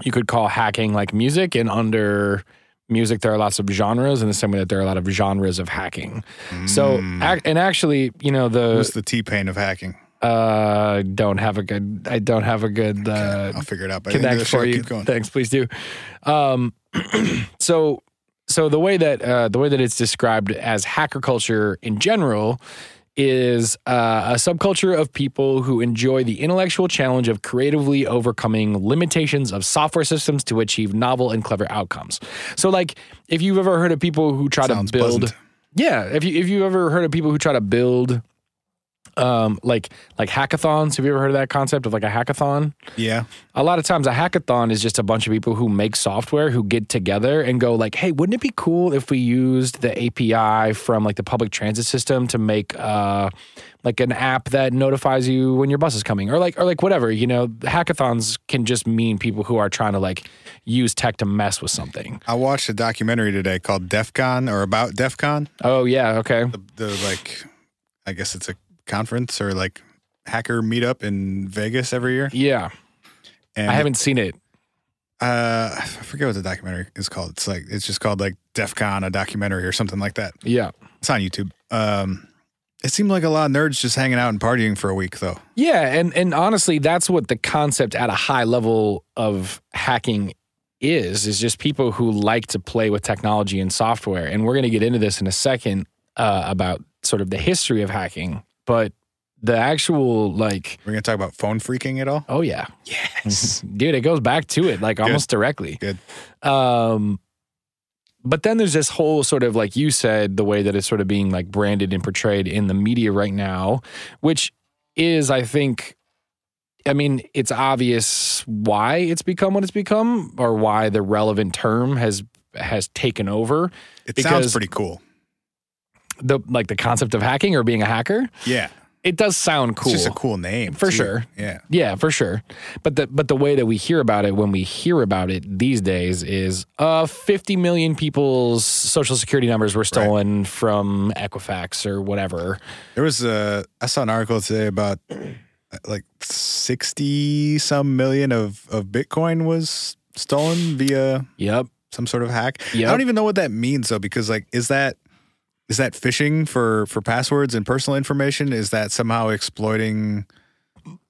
S3: you could call hacking like music and under music there are lots of genres in the same way that there are a lot of genres of hacking so ac- and actually you know
S4: Mm. What's
S3: the
S4: the T pain of hacking?
S3: uh don't have a good i don't have a good uh
S4: I'll figure it out. By the end of the
S3: connect
S4: show,
S3: for you
S4: keep going.
S3: thanks please do um so so the way that uh the way that it's described as hacker culture in general is uh, a subculture of people who enjoy the intellectual challenge of creatively overcoming limitations of software systems to achieve novel and clever outcomes. So, like, if you've ever heard of people who try
S4: Sounds
S3: to build,
S4: pleasant.
S3: yeah, if you if you've ever heard of people who try to build, um, like like hackathons. Have you ever heard of that concept of like a hackathon?
S4: Yeah.
S3: a lot of times a hackathon is just a bunch of people who make software who get together and go like hey wouldn't it be cool if we used the api from like the public transit system to make uh like an app that notifies you when your bus is coming or like or like whatever you know hackathons can just mean people who are trying to like use tech to mess with something
S4: I watched a documentary today called DEF CON or about DEF CON.
S3: oh yeah okay
S4: The like, I guess it's a conference or like hacker meetup in Vegas every year.
S3: yeah
S4: And
S3: i haven't seen it
S4: Uh, I forget what the documentary is called. It's like it's just called like DEF CON, a documentary or something like that.
S3: yeah
S4: It's on YouTube. Um, it seemed like a lot of nerds just hanging out and partying for a week though.
S3: Yeah, and and honestly, that's what the concept at a high level of hacking is is just people who like to play with technology and software. And we're going to get into this in a second uh, about sort of the history of hacking, but the actual like
S4: We're gonna talk about phone freaking at all.
S3: oh yeah yes dude it goes back to it like almost directly
S4: Good.
S3: um but then there's this whole sort of like you said the way that it's sort of being like branded and portrayed in the media right now which is i think i mean it's obvious why it's become what it's become or why the relevant term has has taken over
S4: It
S3: Because-
S4: sounds pretty cool.
S3: the like the concept of hacking or being a hacker
S4: Yeah.
S3: it does sound cool
S4: It's just a cool name.
S3: For
S4: too.
S3: sure.
S4: Yeah.
S3: Yeah, for sure. But the but the way that we hear about it when we hear about it these days is uh 50 million people's social security numbers were stolen from Equifax or whatever.
S4: There was a I saw an article today about uh, like sixty some million of of Bitcoin was stolen via
S3: Yep.
S4: some sort of hack.
S3: Yep.
S4: I don't even know what that means though, because like is that is that phishing for for passwords and personal information? Is that somehow exploiting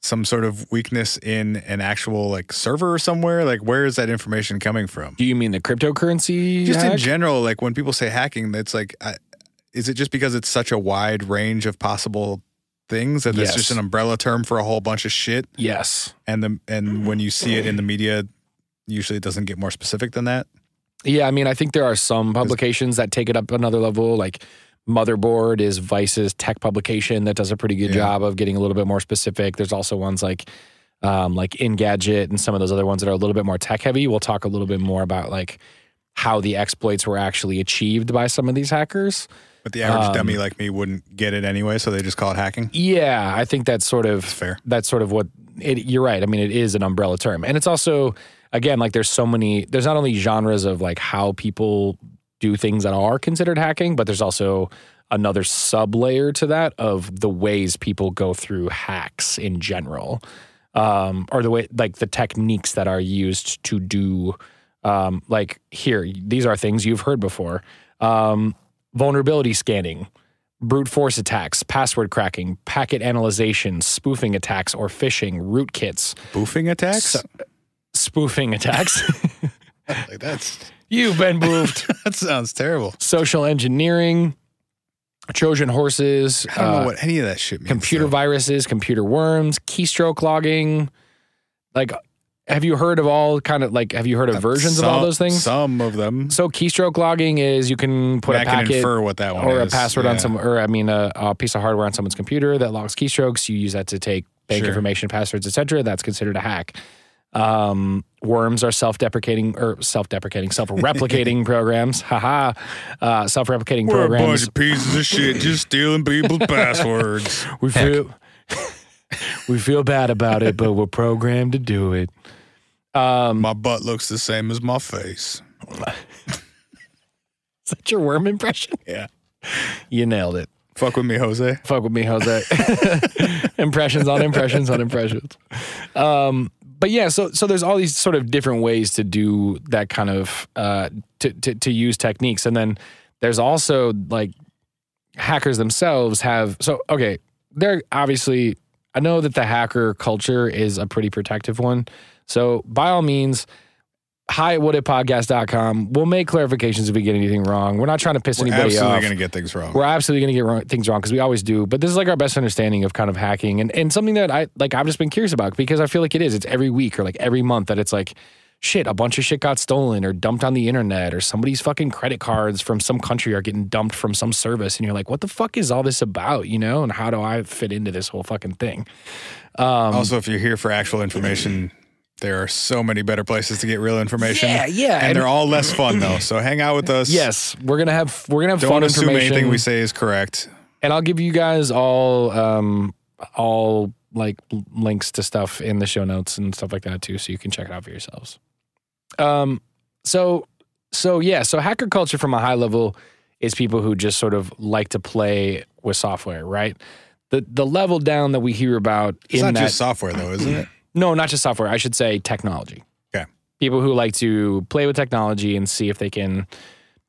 S4: some sort of weakness in an actual like server somewhere? Like where is that information coming from?
S3: Do you mean the cryptocurrency?
S4: Just in
S3: hack?
S4: general, like when people say hacking, that's like, I, is it just because it's such a wide range of possible things that that's
S3: Yes.
S4: just an umbrella term for a whole bunch of shit?
S3: yes.
S4: And the and when you see it in the media, usually it doesn't get more specific than that.
S3: Yeah, I mean I think there are some publications that take it up another level like Motherboard is Vice's tech publication that does a pretty good
S4: Yeah.
S3: job of getting a little bit more specific. There's also ones like um, like Engadget and some of those other ones that are a little bit more tech heavy. We'll talk a little bit more about like how the exploits were actually achieved by some of these hackers.
S4: But the average
S3: Um,
S4: dummy like me wouldn't get it anyway, so they just call it hacking.
S3: Yeah, I think that's sort of
S4: fair.
S3: That's sort of what it, you're right. I mean, it is an umbrella term, and it's also again like there's so many. There's not only genres of like how people do things that are considered hacking, but there's also another sub layer to that of the ways people go through hacks in general, um, or the way like the techniques that are used to do. Um, like here, these are things you've heard before. Um, vulnerability scanning, brute force attacks, password cracking, packet analyzation, spoofing attacks, or phishing, rootkits,
S4: Boofing attacks?
S3: So- spoofing attacks.
S4: like that's
S3: You've been boofed.
S4: that sounds terrible.
S3: Social engineering, Trojan horses,
S4: I don't
S3: uh,
S4: know what any of that shit means.
S3: computer
S4: though.
S3: viruses, computer worms, keystroke logging. Like, have you heard of all kind of like, have you heard of versions of all
S4: Some-
S3: those things?
S4: Some of them.
S3: So keystroke logging is you can put
S4: I
S3: a
S4: can
S3: packet
S4: infer what that one
S3: or a
S4: is.
S3: password on
S4: Yeah.
S3: some, or I mean, a, a piece of hardware on someone's computer that logs keystrokes. You use that to take bank
S4: Sure.
S3: information, passwords, etc. That's considered a hack. Um, worms are self-deprecating or self-deprecating, self-replicating programs. Haha, uh, self-replicating
S4: We're a bunch
S3: programs.
S4: of pieces of shit just stealing people's passwords.
S3: We feel we feel bad about it, but we're programmed to do it. Um,
S4: My butt looks the same as my face.
S3: Is that your worm impression?
S4: Yeah.
S3: You nailed it.
S4: Fuck with me, Jose.
S3: fuck with me, Jose. impressions on impressions on impressions. Um, but yeah, so so there's all these sort of different ways to do that kind of uh, to, to to use techniques, and then there's also like hackers themselves have. So okay, they're obviously. I know that the hacker culture is a pretty protective one. So by all means, hi at whatitpodcast.com. We'll make clarifications if we get anything wrong. We're not trying to piss
S4: We're
S3: anybody
S4: absolutely
S3: off
S4: gonna get things wrong.
S3: we're absolutely going to get wrong, things wrong because we always do. But this is like our best understanding of kind of hacking and, and something that I like. I've just been curious about because I feel like it is. It's every week or like every month that it's like, shit, a bunch of shit got stolen or dumped on the internet or somebody's fucking credit cards from some country are getting dumped from some service and you're like, what the fuck is all this about? You know, and how do I fit into this whole fucking thing? um,
S4: also, if you're here for actual information, there are so many better places to get real information.
S3: Yeah, yeah,
S4: and,
S3: and-
S4: they're all less fun though. So hang out with us.
S3: Yes, we're gonna have we're gonna have
S4: Don't
S3: fun
S4: assume
S3: information.
S4: anything we say is correct.
S3: and I'll give you guys all um all like l- links to stuff in the show notes and stuff like that too, so you can check it out for yourselves. Um, so so yeah, so hacker culture from a high level is people who just sort of like to play with software, right? The the level down that we hear about
S4: It's
S3: in
S4: not
S3: that
S4: just software though, isn't it?
S3: no, not just software. I should say technology.
S4: Okay.
S3: People who like to play with technology and see if they can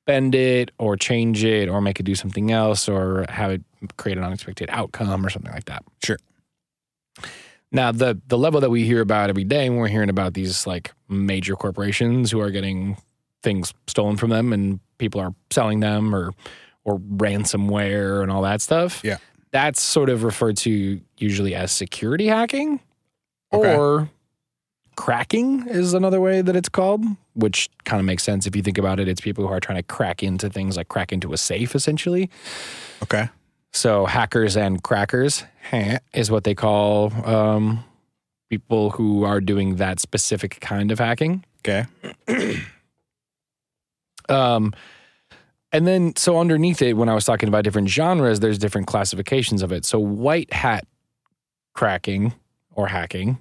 S3: bend it or change it or make it do something else or have it create an unexpected outcome or something like that.
S4: Sure.
S3: Now, the the level that we hear about every day when we're hearing about these like major corporations who are getting things stolen from them and people are selling them or or ransomware and all that stuff.
S4: Yeah.
S3: That's sort of referred to usually as security hacking
S4: Okay.
S3: or cracking is another way that it's called, which kind of makes sense if you think about it. It's people who are trying to crack into things like crack into a safe essentially.
S4: Okay.
S3: So hackers and crackers heh, is what they call um, people who are doing that specific kind of hacking.
S4: Okay.
S3: Um, and then, so underneath it, when I was talking about different genres, there's different classifications of it. So white hat cracking or hacking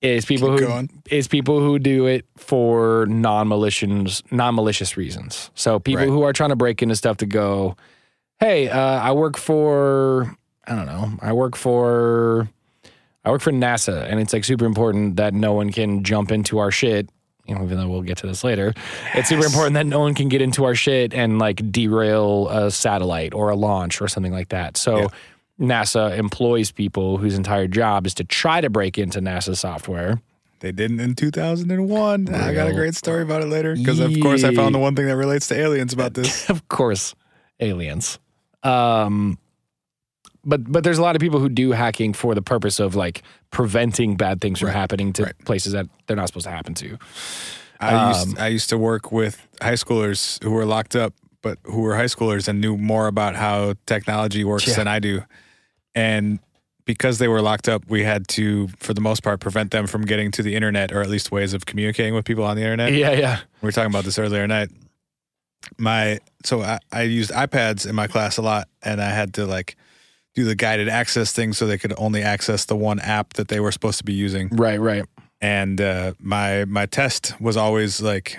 S3: is people
S4: Keep
S3: who
S4: going.
S3: is people who do it for non-malicious non-malicious reasons. So people
S4: Right.
S3: who are trying to break into stuff to go, hey, uh, I work for I don't know, I work for I work for NASA, and it's like super important that no one can jump into our shit. You know, even though we'll get to this later, it's super important that no one can get into our shit and like derail a satellite or a launch or something like that. So. NASA employs people whose entire job is to try to break into NASA software.
S4: They didn't in 2001. I got a
S3: Real-
S4: great story about it later because, of course, I found the one thing that relates to aliens about this.
S3: of course, aliens. Um, but but there's a lot of people who do hacking for the purpose of like preventing bad things from happening to
S4: right.
S3: places that they're not supposed to happen to.
S4: I
S3: Um,
S4: used I used to work with high schoolers who were locked up, but who were high schoolers and knew more about how technology works
S3: Yeah.
S4: than I do. And because they were locked up, we had to, for the most part, prevent them from getting to the internet or at least ways of communicating with people on the internet.
S3: Yeah, yeah.
S4: We were talking about this earlier night. My so I, I used iPads in my class a lot, and I had to like do the guided access thing so they could only access the one app that they were supposed to be using
S3: Right, right.
S4: and uh, my my test was always like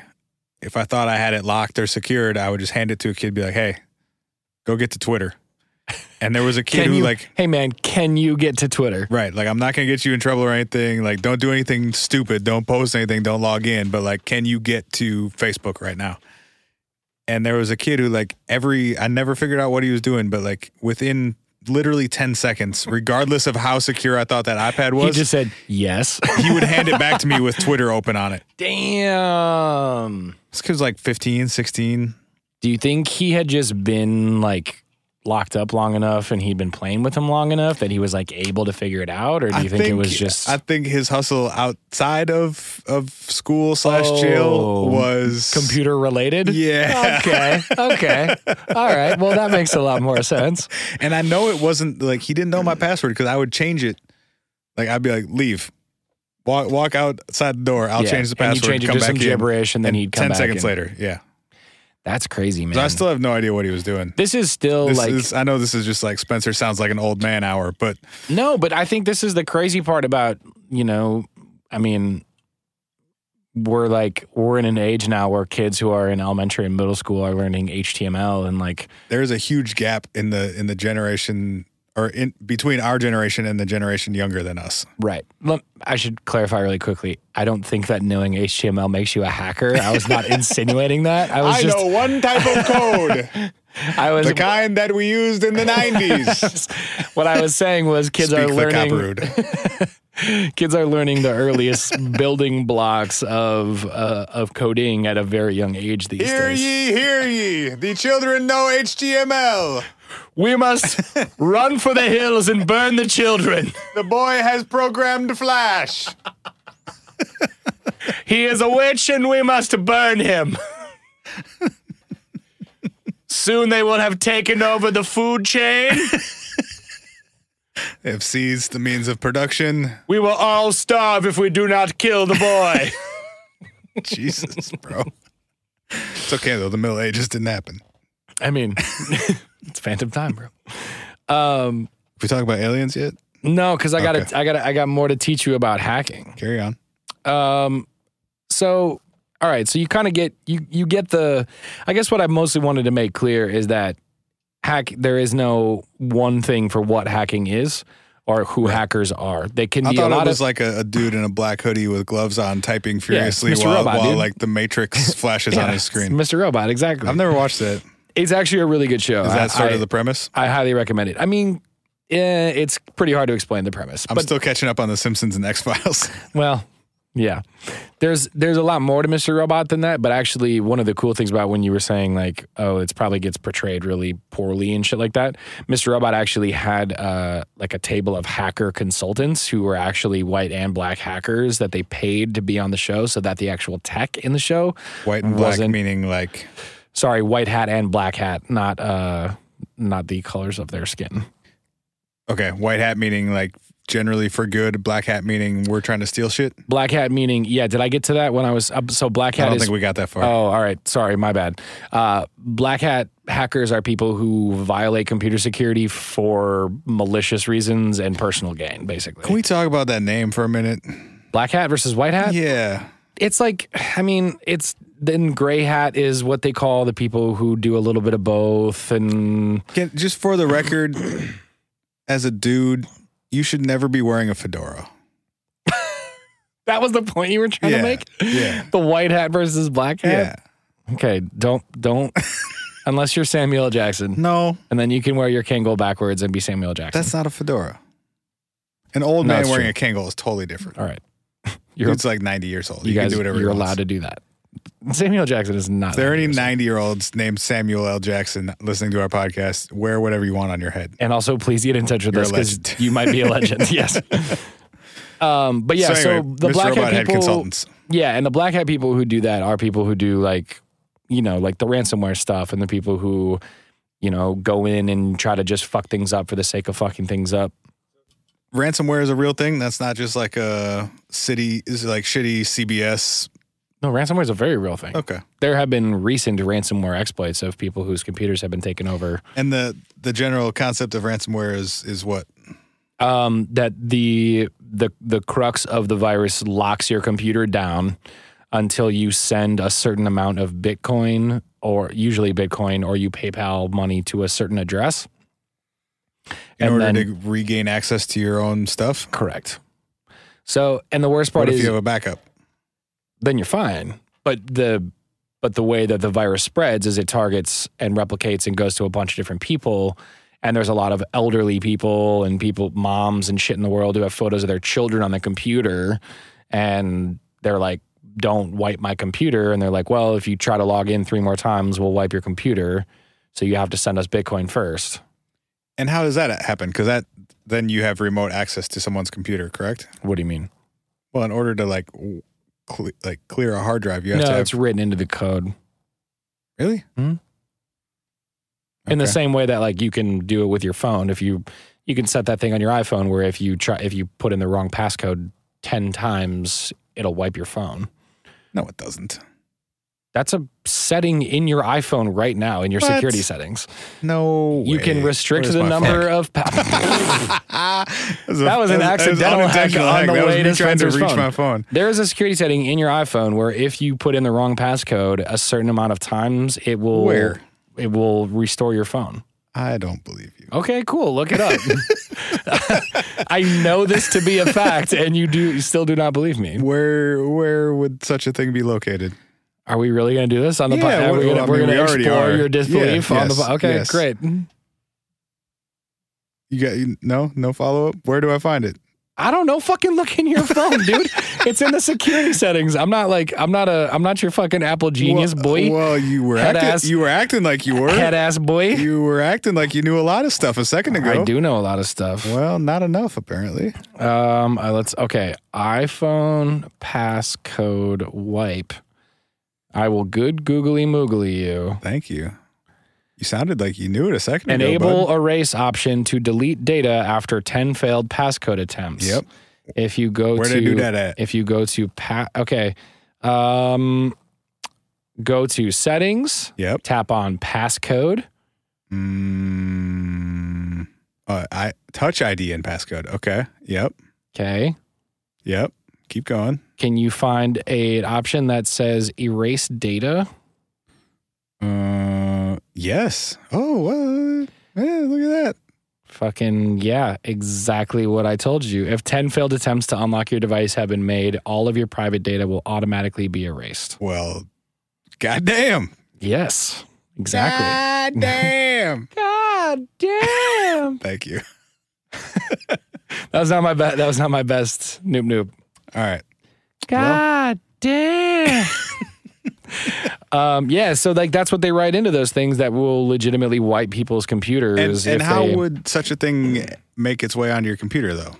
S4: if i thought i had it locked or secured i would just hand it to a kid and be like hey go get to twitter and there was a kid
S3: Can
S4: who
S3: you
S4: like
S3: Hey man, can you get to Twitter?
S4: right like i'm not gonna get you in trouble or anything like don't do anything stupid don't post anything don't log in but like can you get to facebook right now and there was a kid who like every i never figured out what he was doing but like within literally 10 seconds regardless of how secure i thought that ipad
S3: He
S4: was
S3: just said yes.
S4: he would hand it back to me with twitter open on it
S3: Damn.
S4: This kid's like 15, 16.
S3: Do you think he had just been like locked up long enough and he'd been playing with him long enough that he was like able to figure it out? Or do you think, it was just
S4: I think his hustle outside of of school slash
S3: Oh,
S4: jail was
S3: computer related?
S4: Yeah.
S3: Okay. Okay. All right. Well, that makes a lot more sense.
S4: And I know it wasn't like he didn't know my password because I would change it. Like I'd be like, leave, walk walk outside the door. I'll
S3: Yeah.
S4: change the
S3: And you
S4: password.
S3: change it
S4: come
S3: to
S4: back
S3: some
S4: in.
S3: gibberish, and then he'd come
S4: ten
S3: back
S4: seconds
S3: in.
S4: later. Yeah,
S3: That's crazy, man.
S4: so I still have no idea what he was doing.
S3: this is still
S4: This
S3: like
S4: is, I know this is just like Spencer sounds like an old man hour, but
S3: No, but I think this is the crazy part about, you know, I mean, we're like we're in an age now where kids who are in elementary and middle school are learning HTML and like
S4: There's a huge gap in the in the generation or in between our generation and the generation younger than us.
S3: Right. Lem- I should clarify really quickly. I don't think that knowing HTML makes you a hacker. I was not insinuating that. I was just.
S4: one type of code,
S3: I was.
S4: the kind that we used in the '90s.
S3: what I was saying was kids
S4: Speak
S3: are
S4: the
S3: learning.
S4: Copperood.
S3: Kids are learning the earliest building blocks of uh, of coding at a very young age these
S4: Hear
S3: days.
S4: ye, hear ye! The children know HTML.
S3: We must run for the hills and burn the children.
S4: The boy has programmed Flash.
S3: He is a witch and we must burn him. Soon they will have taken over the food chain.
S4: They have seized the means of production.
S3: We will all starve if we do not kill the boy.
S4: Jesus, bro. It's okay though. The Middle Ages didn't happen.
S3: I mean, it's phantom time, bro. Um,
S4: We talk about aliens yet?
S3: no, because I got
S4: Okay.
S3: to I got to I got more to teach you about hacking.
S4: Carry on.
S3: Um, so all right, so you kind of get you you get the. I guess what I mostly wanted to make clear is that hack. There is no one thing for what hacking is or who hackers are. They can
S4: I
S3: be a
S4: thought
S3: lot
S4: it was
S3: of.
S4: like a, a dude in a black hoodie with gloves on typing furiously
S3: Mr.
S4: while,
S3: Robot,
S4: while,
S3: dude.
S4: like the Matrix flashes on his screen.
S3: Mr. Robot, exactly.
S4: I've never watched that.
S3: it's
S4: Is
S3: actually a really good show. I-
S4: that sort
S3: I-
S4: of the premise?
S3: I highly recommend it. I mean, eh, it's pretty hard to explain the premise,
S4: I'm
S3: but
S4: still catching up on The Simpsons and X Files.
S3: well, yeah. There's there's a lot more to Mr. Robot than that, but actually one of the cool things about when you were saying like, oh, it's probably gets portrayed really poorly and shit like that. Mr. Robot actually had uh, like a table of hacker consultants who were actually white and black hackers that they paid to be on the show so that the actual tech in the show
S4: White and black
S3: Wasn't-
S4: meaning like
S3: sorry, white hat and black hat, not uh not the colors of their skin.
S4: okay, white hat meaning like generally for good, black hat meaning we're trying to steal shit.
S3: Black hat meaning, yeah. Did I get to that when I was up? So black
S4: I
S3: hat
S4: don't
S3: is.
S4: think we got that far.
S3: oh, all right. Sorry, my bad. Uh, black hat hackers are people who violate computer security for malicious reasons and personal gain, basically.
S4: Can we talk about that name for a minute?
S3: black hat versus white hat.
S4: Yeah.
S3: It's like, I mean, it's then gray hat is what they call the people who do a little bit of both, and
S4: Can, just for the record, as a dude, you should never be wearing a fedora.
S3: that was the point you were trying
S4: Yeah,
S3: to make.
S4: yeah.
S3: The white hat versus black hat. Okay. Don't don't. unless you're Samuel L. Jackson.
S4: No,
S3: And then you can wear your Kangol backwards and be Samuel Jackson.
S4: that's not a fedora. An old
S3: No,
S4: man
S3: it's
S4: wearing a Kangol is totally different.
S3: All right. You're,
S4: Dude's like 90 years old.
S3: you
S4: You,
S3: guys,
S4: can do whatever
S3: you're
S4: he wants.
S3: allowed to do that. Samuel Jackson is not.
S4: If there are any
S3: 90 years old.
S4: 90 year olds named Samuel L. Jackson listening to our podcast, wear whatever you want on your head.
S3: And also, please get in touch with
S4: You're
S3: us
S4: a
S3: because
S4: legend.
S3: you might be a legend. yes. Um, but yeah, so,
S4: anyway,
S3: the
S4: Mr.
S3: black
S4: Robot
S3: hat
S4: had
S3: people,
S4: consultants.
S3: yeah, and the black hat people who do that are people who do like, you know, like the ransomware stuff, and the people who, you know, go in and try to just fuck things up for the sake of fucking things up.
S4: Ransomware is a real thing. That's not just like a city, is it like shitty CBS.
S3: No, ransomware is a very real thing.
S4: Okay.
S3: There have been recent ransomware exploits of people whose computers have been taken over
S4: And the, the general concept of ransomware is is what?
S3: um, that the the the crux of the virus locks your computer down until you send a certain amount of Bitcoin or usually Bitcoin or you PayPal money to a certain address.
S4: in
S3: and
S4: order
S3: then
S4: to regain access to your own stuff.
S3: correct. So and the worst part
S4: What if
S3: is
S4: you have a backup?
S3: then you're fine. But the but the way that the virus spreads is it targets and replicates and goes to a bunch of different people. And there's a lot of elderly people and people, moms and shit in the world who have photos of their children on the computer, and they're like, "Don't wipe my computer." And they're like, "Well, if you try to log in three more times, we'll wipe your computer." So you have to send us Bitcoin first.
S4: And how does that happen? Because that then you have remote access to someone's computer, correct?
S3: What do you mean?
S4: Well, in order to like w- cle like clear a hard drive, you have
S3: no,
S4: to have
S3: it's written into the code.
S4: really
S3: in the
S4: Okay.
S3: same way that like you can do it with your phone if you you can set that thing on your iphone where if you try if you put in the wrong passcode 10 times it'll wipe your phone
S4: no, it doesn't.
S3: That's a setting in your iPhone right now in your
S4: What?
S3: security settings.
S4: No,
S3: You can
S4: way.
S3: restrict
S4: Where's
S3: the
S4: my
S3: number
S4: phone?
S3: of. Pa-
S4: was a-
S3: that was an
S4: that was
S3: accidental hack
S4: unintentional
S3: on
S4: hack.
S3: the
S4: That was
S3: way
S4: me
S3: to
S4: trying to
S3: Spencer's
S4: reach
S3: phone.
S4: my phone.
S3: There is a security setting in your iPhone where if you put in the wrong passcode a certain amount of times, it will
S4: Where?
S3: it will restore your phone.
S4: I don't believe you.
S3: Okay, cool. Look it up. I know this to be a fact, and you do you still do not believe me.
S4: Where where would such a thing be located?
S3: Are we really going to do this on the
S4: Yeah,
S3: podcast?
S4: well,
S3: We're
S4: I
S3: going
S4: mean,
S3: to
S4: we already
S3: explore
S4: are.
S3: your disbelief
S4: Yeah,
S3: on the
S4: yes,
S3: po- Okay,
S4: yes.
S3: great.
S4: You got you- no no follow up. Where do I find it?
S3: I don't know. Fucking look in your phone, dude. it's in the security settings. I'm not like I'm not a I'm not your fucking Apple genius
S4: well,
S3: boy,
S4: Well, you were
S3: Head
S4: acting,
S3: ass.
S4: you were acting like you were.
S3: head ass boy.
S4: You were acting like you knew a lot of stuff a second ago.
S3: I do know a lot of stuff.
S4: Well, not enough apparently.
S3: Um, uh, let's okay. iPhone passcode wipe. I will good googly moogly you.
S4: Thank you. You sounded like you knew it a second ago.
S3: Enable
S4: bud.
S3: erase option to delete data after 10 failed passcode attempts.
S4: Yep.
S3: If you go
S4: Where'd
S3: to
S4: I do that at?
S3: if you go to pa- okay. Um go to settings,
S4: Yep.
S3: tap on passcode.
S4: Mm, uh, I touch ID and passcode. Okay. Yep.
S3: Okay.
S4: Yep. Keep going.
S3: Can you find a, an option that says erase data?
S4: Uh, yes. Oh, what? Yeah, look at that.
S3: Fucking yeah, exactly what I told you. If 10 failed attempts to unlock your device have been made, all of your private data will automatically be erased.
S4: Well, goddamn.
S3: Yes, exactly.
S4: Goddamn.
S3: God damn.
S4: Thank you.
S3: that was not my best that was not my best noop noop.
S4: All right.
S3: God damn. um yeah, so like that's what they write into those things that will legitimately wipe people's
S4: And,
S3: computers. if
S4: and how
S3: they-
S4: would such a thing make its way onto your computer, though?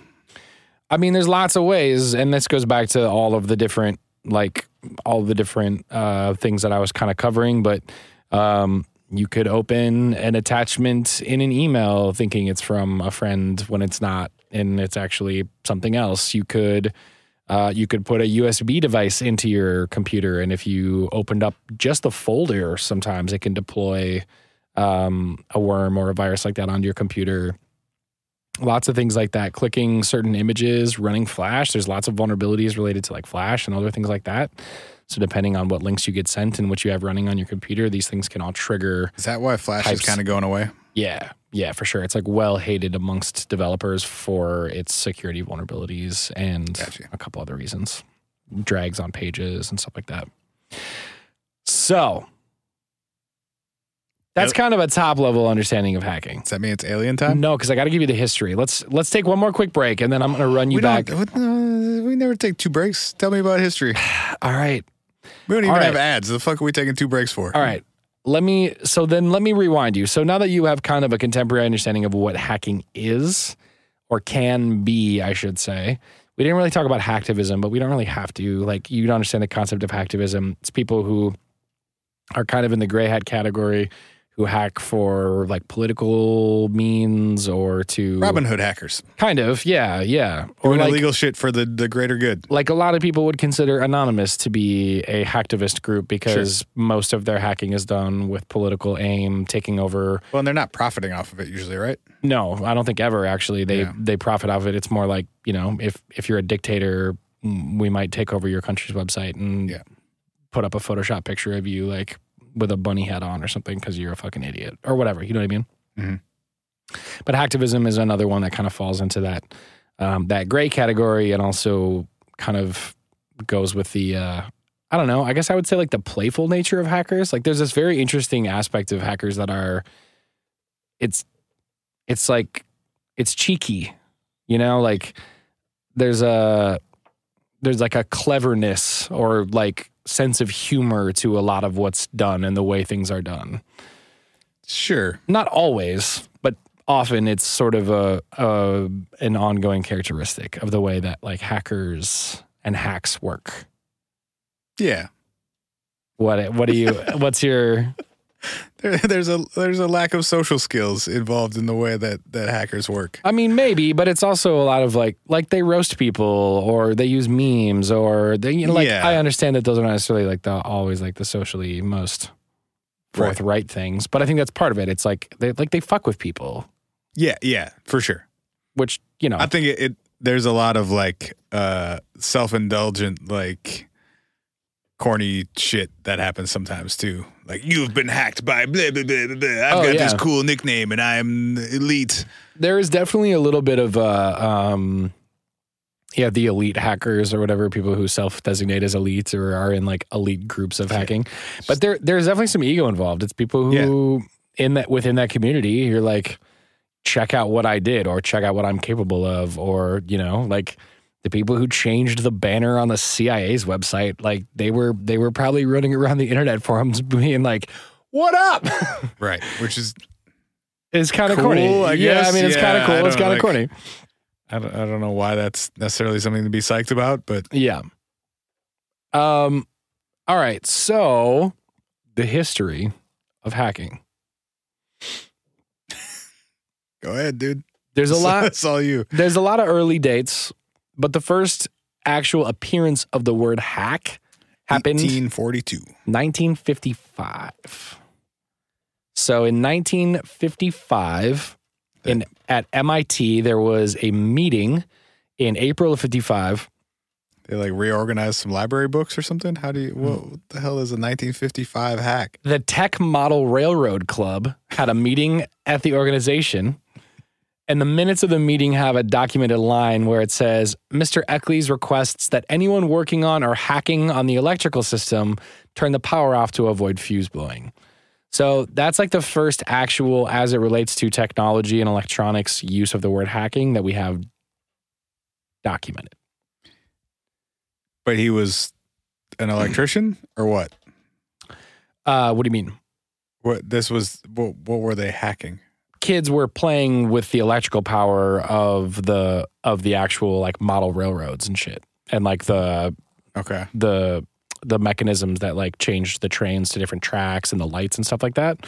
S3: I mean, there's lots of ways, and this goes back to all of the different, like all the different uh, things that I was kind of covering. But um, you could open an attachment in an email, thinking it's from a friend when it's not, and it's actually something else. You could. Uh, you could put a USB device into your computer, and if you opened up just a folder, sometimes it can deploy um, a worm or a virus like that onto your computer lots of things like that clicking certain images running flash there's lots of vulnerabilities related to like flash and other things like that so depending on what links you get sent and what you have running on your computer these things can all trigger
S4: Is that why Flash
S3: Types.
S4: is kind of going away?
S3: yeah yeah for sure it's like well hated amongst developers for its security vulnerabilities and
S4: Gotcha.
S3: a couple other reasons drags on pages and stuff like that so that's
S4: Yep.
S3: kind of a top level understanding of hacking
S4: Does that mean it's alien time?
S3: no, because I got to give you the history. Let's let's take one more quick break, and then I'm gonna run you
S4: we
S3: back.
S4: Don't, no, we never take two breaks. Tell me about history.
S3: All right,
S4: We don't even
S3: All right.
S4: have ads. The fuck are we taking two breaks for?
S3: all right. Let me. So then, let me rewind you. So now that you have kind of a contemporary understanding of what hacking is, or can be, I should say. We didn't really talk about hacktivism, but we don't really have to. Like, you don't understand the concept of hacktivism. It's people who are kind of in the gray hat category, who hack for like political means or to
S4: Robin Hood hackers.
S3: Kind of, yeah, yeah.
S4: Doing
S3: like,
S4: illegal shit for the, the greater good.
S3: like a lot of people would consider anonymous to be a hacktivist group because most of their hacking is done with political aim taking over
S4: Well, and they're not profiting off of it usually, right?
S3: no i don't think ever actually they
S4: Yeah.
S3: they profit off it it's more like you know if if you're a dictator mm, we might take over your country's website and
S4: Yeah.
S3: put up a photoshop picture of you like with a bunny hat on or something because you're a fucking idiot or whatever you know what i mean
S4: Mhm.
S3: but hacktivism is another one that kind of falls into that um, that gray category and also kind of goes with the uh, I don't know. I guess I would say like the playful nature of hackers. Like there's this very interesting aspect of hackers that are it's it's like it's cheeky. You know, like there's a there's like a cleverness or like sense of humor to a lot of what's done and the way things are done.
S4: Sure.
S3: Not always, but often it's sort of a, a an ongoing characteristic of the way that like hackers and hacks work.
S4: Yeah.
S3: What what do you what's your
S4: There, there's a there's a lack of social skills involved in the way that that hackers work.
S3: I mean, maybe, but it's also a lot of like, like they roast people or they use memes or they, you know, like,
S4: Yeah.
S3: I understand that those are not necessarily like the always like the socially most
S4: Right.
S3: forthright things, but I think that's part of it. It's like they like they fuck with people,
S4: Yeah, yeah, for sure.
S3: which you know,
S4: I think it, it there's a lot of like uh self-indulgent like corny shit that happens sometimes too. Like you've been hacked by blah blah blah blah. blah. I've
S3: Oh,
S4: got this
S3: yeah.
S4: cool nickname and I'm elite.
S3: there is definitely a little bit of uh, um, yeah, the elite hackers or whatever people who self-designate as elites or are in like elite groups of hacking. But there, there's definitely some ego involved. It's people who in that within that community, you're like, check out what I did or check out what I'm capable of, or you know, like the people who changed the banner on the CIA's website, like they were they were probably running around the internet forums being like, "What up?"
S4: Right. Which is
S3: it's kind of
S4: Cool,
S3: corny.
S4: I
S3: Yeah, I
S4: guess.
S3: mean, it's
S4: Yeah,
S3: kind
S4: I
S3: of cool. It's
S4: don't know,
S3: kind of
S4: like-
S3: corny.
S4: I don't, I don't know why that's necessarily something to be psyched about, but
S3: Yeah. Um all right, so the history of hacking.
S4: go ahead, dude.
S3: There's a lot
S4: That's all you.
S3: there's a lot of early dates, but the first actual appearance of the word hack happened
S4: 1842.
S3: 1955. So in 1955, in at MIT there was a meeting in April of 55
S4: They like reorganized some library books or something. How do you?
S3: Hmm.
S4: What, what the hell is a 1955 hack?
S3: the Tech Model Railroad Club had a meeting at the organization, and the minutes of the meeting have a documented line where it says Mr. Eccles requests that anyone working on or hacking on the electrical system turn the power off to avoid fuse blowing. So that's like the first actual, as it relates to technology and electronics, use of the word hacking that we have documented.
S4: But he was an electrician or what?
S3: Uh, what do you mean?
S4: What this was? What, what were they hacking?
S3: kids were playing with the electrical power of the of the actual like model railroads and shit and like the
S4: Okay,
S3: the the mechanisms that like changed the trains to different tracks and the lights and stuff like that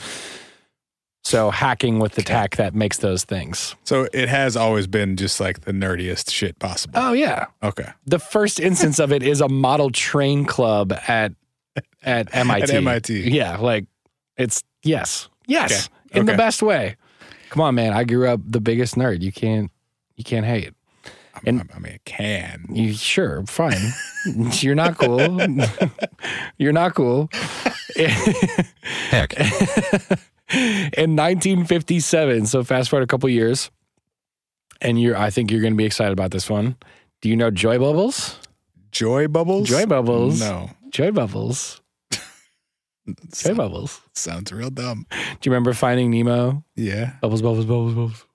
S3: so hacking with the tech that makes those things
S4: so it has always been just like the nerdiest shit possible.
S3: oh yeah
S4: okay,
S3: the first instance of it is a model train club at at MIT
S4: MIT.
S3: yeah like it's yes yes
S4: Okay.
S3: in the
S4: Okay.
S3: best way come on man i grew up the biggest nerd you can't you can't hate
S4: I'm,
S3: And-
S4: I'm- I mean, it can.
S3: You sure? Fine. You're not cool. You're not cool.
S2: Heck.
S3: In 1957, so fast forward a couple years, and you're. I think you're going to be excited about this one. Do you know Joy Bubbles?
S4: Joy bubbles.
S3: Joy Bubbles.
S4: No,
S3: Joy Bubbles. Joy
S4: So-
S3: Bubbles.
S4: sounds real dumb.
S3: Do you remember Finding Nemo?
S4: Yeah,
S3: Bubbles, bubbles, bubbles, bubbles.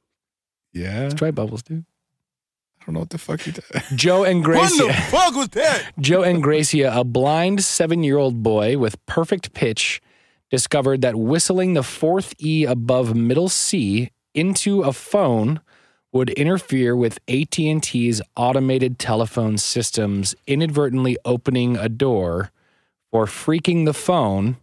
S4: yeah.
S3: Joy Bubbles, dude.
S4: I don't know what the fuck you. did.
S3: Joe and
S5: What the
S3: Gracie.
S5: fuck was that?
S3: Joe Angracia, a blind seven year old boy with perfect pitch, discovered that whistling the fourth E above middle C into a phone would interfere with AT&T's automated telephone systems inadvertently opening a door or freaking the phone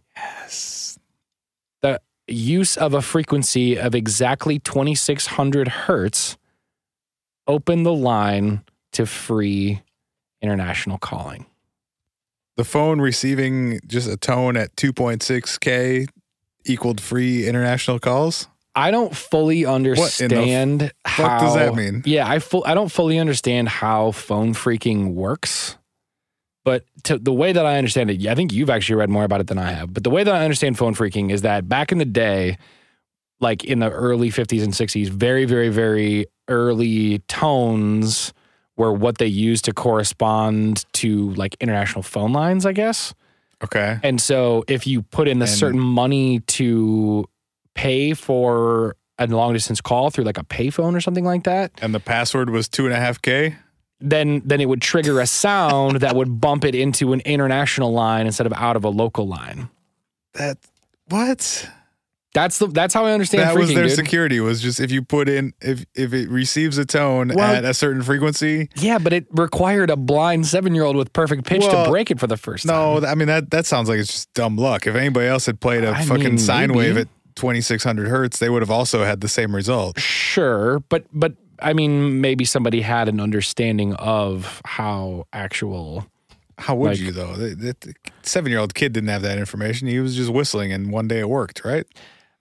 S3: the use of a frequency of exactly 2600 hertz opened the line to free international calling
S4: the phone receiving just a tone at 2.6k equaled free international calls
S3: I don't fully understand how.
S4: fuck does that mean?
S3: Yeah, I full. I don't fully understand how phone freaking works. But to, the way that I understand it, I think you've actually read more about it than I have. But the way that I understand phone freaking is that back in the day, like in the early 50s and 60s, very, very, very early tones were what they used to correspond to like international phone lines, I guess.
S4: okay
S3: And so if you put in a
S4: And-
S3: certain money to pay for a long distance call through like a payphone or something like that,
S4: and the password was 2.5k
S3: then then it would trigger a sound that would bump it into an international line instead of out of a local line.
S4: that what
S3: That's the that's how I understand
S4: that
S3: freaking,
S4: was their
S3: dude.
S4: security was just if you put in if if it receives a tone
S3: Well-
S4: at a certain frequency.
S3: yeah, but it required a blind seven year old with perfect pitch to
S4: Well,
S3: break it for the first time.
S4: No, th- I mean that that sounds like it's just dumb luck. If anybody else had played a
S3: I
S4: fucking
S3: mean,
S4: sine wave
S3: maybe.
S4: at 2600 hertz, they would have also had the same result.
S3: Sure, but but I mean maybe somebody had an understanding of how actual
S4: How would
S3: Like-
S4: you though? The, the seven year old kid didn't have that information. He was just whistling, and one day it worked. Right?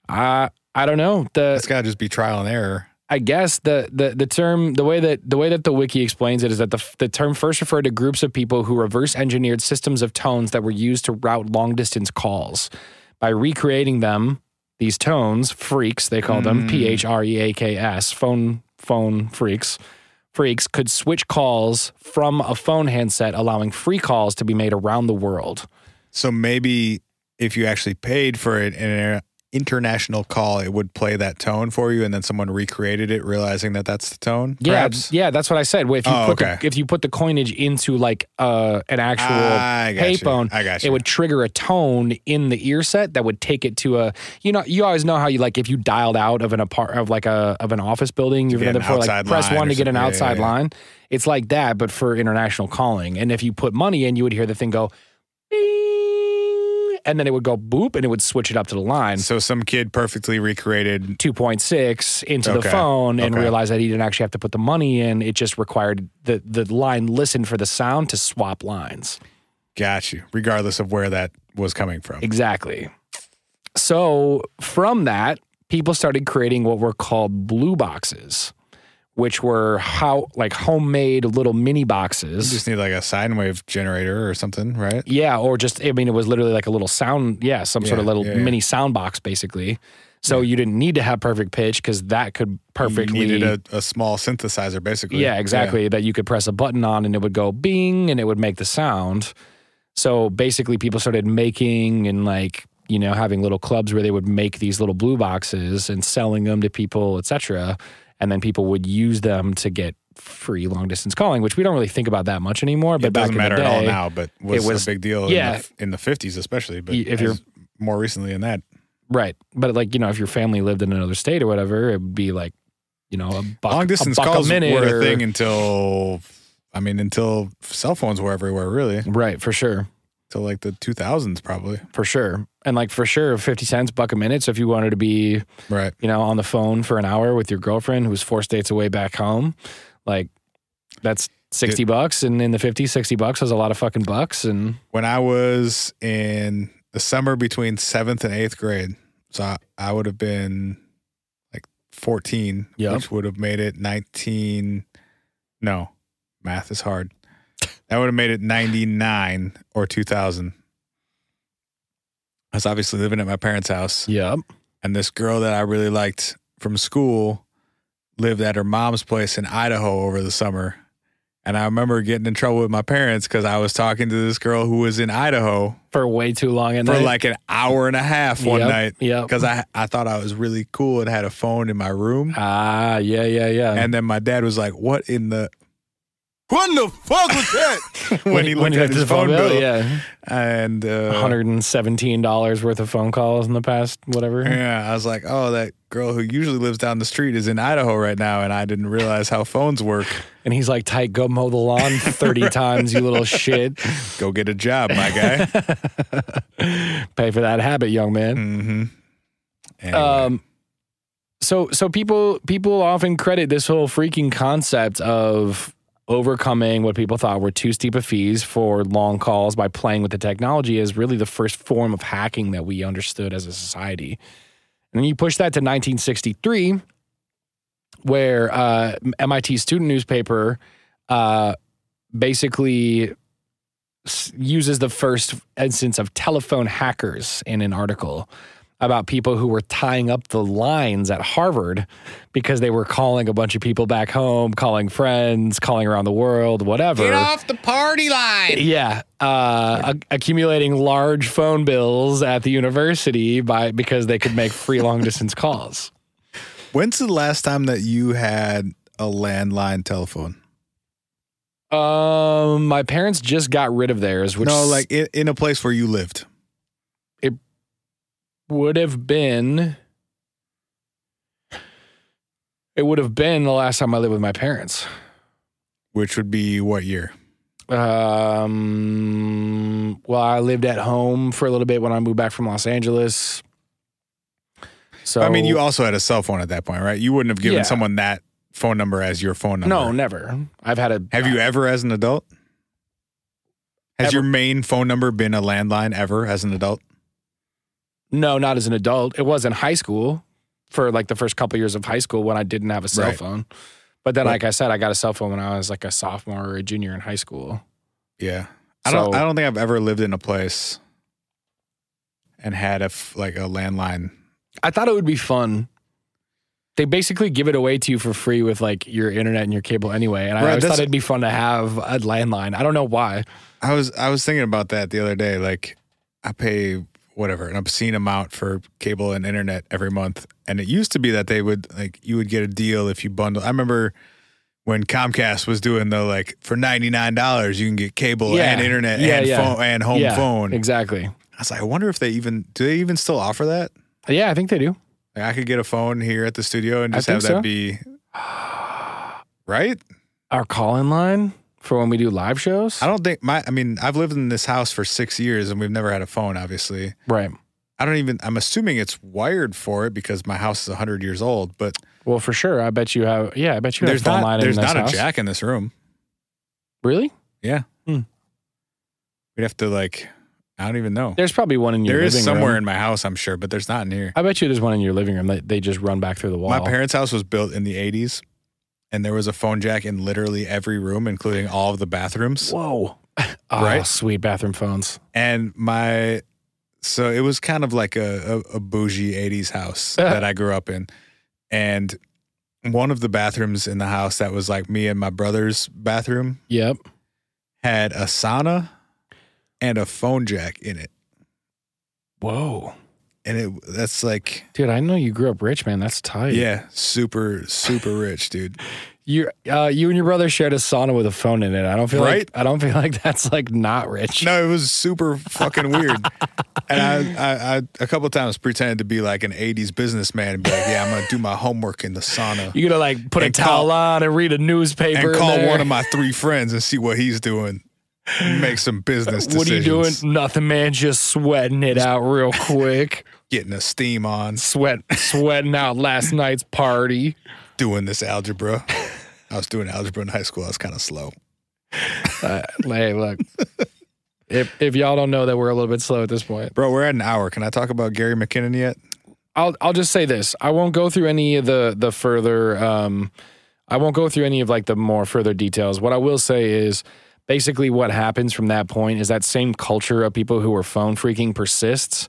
S3: I I don't know. The
S4: That's got to just be trial and error.
S3: I guess the, the the term the way that the way that the wiki explains it is that the f- the term first referred to groups of people who reverse engineered systems of tones that were used to route long distance calls by recreating them these tones freaks they call them p h r e a k s phone phone freaks freaks could switch calls from a phone handset allowing free calls to be made around the world.
S4: So maybe if you actually paid for it in an international call, it would play that tone for you, and then someone recreated it, realizing that that's the tone.
S3: Yeah,
S4: perhaps?
S3: yeah, that's what I said. If you
S4: Oh,
S3: put
S4: okay.
S3: the, if you put the coinage into like uh, an actual
S4: I got you.
S3: payphone,
S4: I got
S3: it
S4: you.
S3: would trigger a tone in the ear set that would take it to a you know you always know how you like if you dialed out of an apart of like a of an office building you've
S4: get
S3: another
S4: an
S3: for like
S4: outside
S3: press
S4: line
S3: one
S4: or
S3: to get an
S4: something. Yeah, yeah,
S3: outside
S4: yeah.
S3: line. It's like that, but for international calling. And if you put money in, you would hear the thing go, "Bing," and then it would go boop, and it would switch it up to the line.
S4: So some kid perfectly recreated
S3: 2.6 into the
S4: Okay.
S3: phone and
S4: Okay.
S3: realized that he didn't actually have to put the money in. It just required the, the line listened for the sound to swap lines.
S4: Got you. Regardless of where that was coming from.
S3: Exactly. So from that, people started creating what were called blue boxes, which were how like homemade little mini
S4: You
S3: boxes.
S4: just need like a sine wave generator or something, right?
S3: Yeah, or just I mean, it was literally like a little sound. Yeah, some sort
S4: Yeah,
S3: of little
S4: yeah, yeah.
S3: mini sound box, basically. So you didn't need to have perfect pitch because that could perfectly
S4: You needed a, a small synthesizer, basically.
S3: Yeah, exactly. That you could press a button on and it would go bing and it would make the sound. So basically, people started making and like, you know, having little clubs where they would make these little blue boxes and selling them to people, et cetera. And then people would use them to get free long distance calling, which we don't really think about that much anymore. But
S4: It
S3: back
S4: doesn't
S3: in
S4: matter
S3: the
S4: at all
S3: day-
S4: now, but was,
S3: was-
S4: a big deal
S3: yeah.
S4: in, the, in the 50s, especially. But
S3: Y- if
S4: if
S3: you're-
S4: you're more recently in that.
S3: Right. But like, you know, if your family lived in another state or whatever, it would be like, you know, a buck,
S4: Long distance
S3: a buck
S4: calls
S3: a
S4: were
S3: minute or-
S4: a thing until, I mean, until cell phones were everywhere, really.
S3: Right, for sure.
S4: Until like the 2000s, probably.
S3: For sure. And like for sure, 50 cents, buck a minute. So if you wanted to be
S4: Right.
S3: you know, on the phone for an hour with your girlfriend who's four states away back home, like that's 60 bucks. And in the 50s, 60 bucks is a lot of fucking bucks. And
S4: When I was in the summer between seventh and eighth grade, so I, I would have been like 14,
S3: Yep.
S4: which would have made it 19. No, math is hard. That would have made it 99 or 2000. I was obviously living at my parents' house
S3: yeah,
S4: and this girl that I really liked from school lived at her mom's place in Idaho over the summer. And I remember getting in trouble with my parents because I was talking to this girl who was in Idaho
S3: for way too long. And
S4: for
S3: then-
S4: like an hour and a half one
S3: Yep,
S4: night
S3: Yep.
S4: because I, I thought I was really cool and had a phone in my room.
S3: Ah, yeah, yeah, yeah.
S4: And then my dad was like, What in the?
S5: What the fuck was that?
S4: When, he looked at his
S3: the
S4: phone bill.
S3: yeah,
S4: And uh,
S3: $117 worth of phone calls in the past, whatever.
S4: Yeah, I was like, oh, that girl who usually lives down the street is in Idaho right now, and I didn't realize how phones work.
S3: And he's like, tight, go mow the lawn 30 times, you little shit.
S4: Go get a job, my guy.
S3: Pay for that habit, young man.
S4: Mm-hmm. Mm,
S3: Um, so so people people often credit this whole freaking concept of overcoming what people thought were too steep of fees for long calls by playing with the technology as really the first form of hacking that we understood as a society. And then you push that to 1963, where uh, MIT student newspaper uh, basically s- uses the first instance of telephone hackers in an article about people who were tying up the lines at Harvard because they were calling a bunch of people back home, calling friends, calling around the world, whatever. Get off the party line. Yeah, uh, a- accumulating large phone bills at the university by because they could make free long distance calls.
S4: when's the last time that you had a landline telephone?
S3: Um, my parents just got rid of theirs, which
S4: no,
S3: s-
S4: like in, in a place where you lived.
S3: would have been. It would have been the last time I lived with my parents.
S4: which would be what year?
S3: Um, well, I lived at home for a little bit when I moved back from Los Angeles. So
S4: I mean, you also had a cell phone at that point, right? You wouldn't have given
S3: Yeah.
S4: someone that phone number as your phone number.
S3: no, never. I've had a
S4: Have you ever, as an adult, has
S3: Ever.
S4: your main phone number been a landline ever as an adult?
S3: No, not as an adult. It was in high school for like the first couple years of high school when I didn't have a cell
S4: Right.
S3: phone. But then,
S4: Right.
S3: like I said, I got a cell phone when I was like a sophomore or a junior in high school.
S4: Yeah, I don't.
S3: So-
S4: I don't think I've ever lived in a place and had a f- like a landline.
S3: I thought it would be fun. They basically give it away to you for free with like your internet and your cable anyway. And
S4: Right,
S3: I always
S4: that's-
S3: thought it'd be fun to have a landline. I don't know why.
S4: I was I was thinking about that the other day. Like, I pay whatever an obscene amount for cable and internet every month, and it used to be that they would like you would get a deal if you bundle. I remember when Comcast was doing the like for ninety nine dollars you can get cable
S3: Yeah.
S4: and internet
S3: Yeah,
S4: and
S3: yeah.
S4: phone and home
S3: yeah,
S4: phone.
S3: Exactly.
S4: I was like, I wonder if they even do they even still offer that?
S3: Yeah, I think they do.
S4: Like, I could get a phone here at the studio and
S3: I
S4: just have that
S3: think so.
S4: be right.
S3: Our call in line for when we do live shows.
S4: I don't think my. I mean, I've lived in this house for six years and we've never had a phone. Obviously,
S3: Right.
S4: I don't even. I'm assuming it's wired for it because my house is hundred years old. But
S3: Well, for sure. I bet you have. Yeah, I bet you
S4: there's
S3: have a phone line
S4: not there's
S3: in this
S4: not
S3: house.
S4: a jack in this room.
S3: Really?
S4: Yeah,
S3: Hmm.
S4: we'd have to like. I don't even know.
S3: There's probably one in your
S4: There
S3: living
S4: is somewhere
S3: room.
S4: in my house, I'm sure, but there's not in here.
S3: I bet you there's one in your living room that they just run back through the wall.
S4: My parents' house was built in the 80s, and there was a phone jack in literally every room, including all of the bathrooms.
S3: Whoa.
S4: Right?
S3: right. Sweet bathroom phones.
S4: And my, so it was kind of like a, a, a bougie 80s house that I grew up in. And one of the bathrooms in the house that was like me and my brother's bathroom
S3: Yep.
S4: had a sauna and a phone jack in it.
S3: Whoa.
S4: And it that's like,
S3: Dude, I know you grew up rich, man. That's tight.
S4: yeah, super, super rich, dude.
S3: You uh, you and your brother shared a sauna with a phone in it. I don't feel
S4: Right?
S3: like I don't feel like that's like not rich.
S4: No, it was super fucking weird. And I, I, I a couple of times pretended to be like an '80s businessman and be like, "Yeah, I'm gonna do my homework in the sauna
S3: You're gonna like put
S4: And
S3: a towel
S4: call-
S3: on and read a newspaper
S4: and
S3: in
S4: call
S3: there.
S4: one of my three friends and see what he's doing, and make some business
S3: What are you
S4: decisions.
S3: doing? Nothing, man. Just sweating it out real quick.
S4: Getting a steam on,
S3: Sweat, sweating out last night's party.
S4: doing this algebra. I was doing algebra in high school. I was kind of slow.
S3: Uh, hey, look. If if y'all don't know that we're a little bit slow at this point,
S4: Bro, we're at an hour. Can I talk about Gary McKinnon yet?
S3: I'll I'll just say this. I won't go through any of the the further um I won't go through any of like the more further details. What I will say is basically what happens from that point is that same culture of people who are phone freaking persists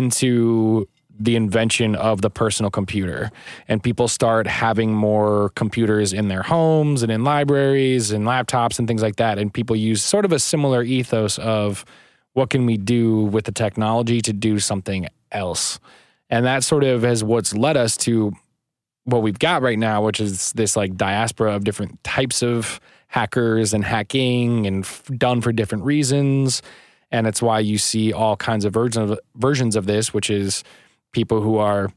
S3: into the invention of the personal computer and people start having more computers in their homes and in libraries and laptops and things like that and people use sort of a similar ethos of what can we do with the technology to do something else and that sort of has what's led us to what we've got right now, which is this like diaspora of different types of hackers and hacking and f- done for different reasons. And it's why you see all kinds of versions of, versions of this, which is people who are,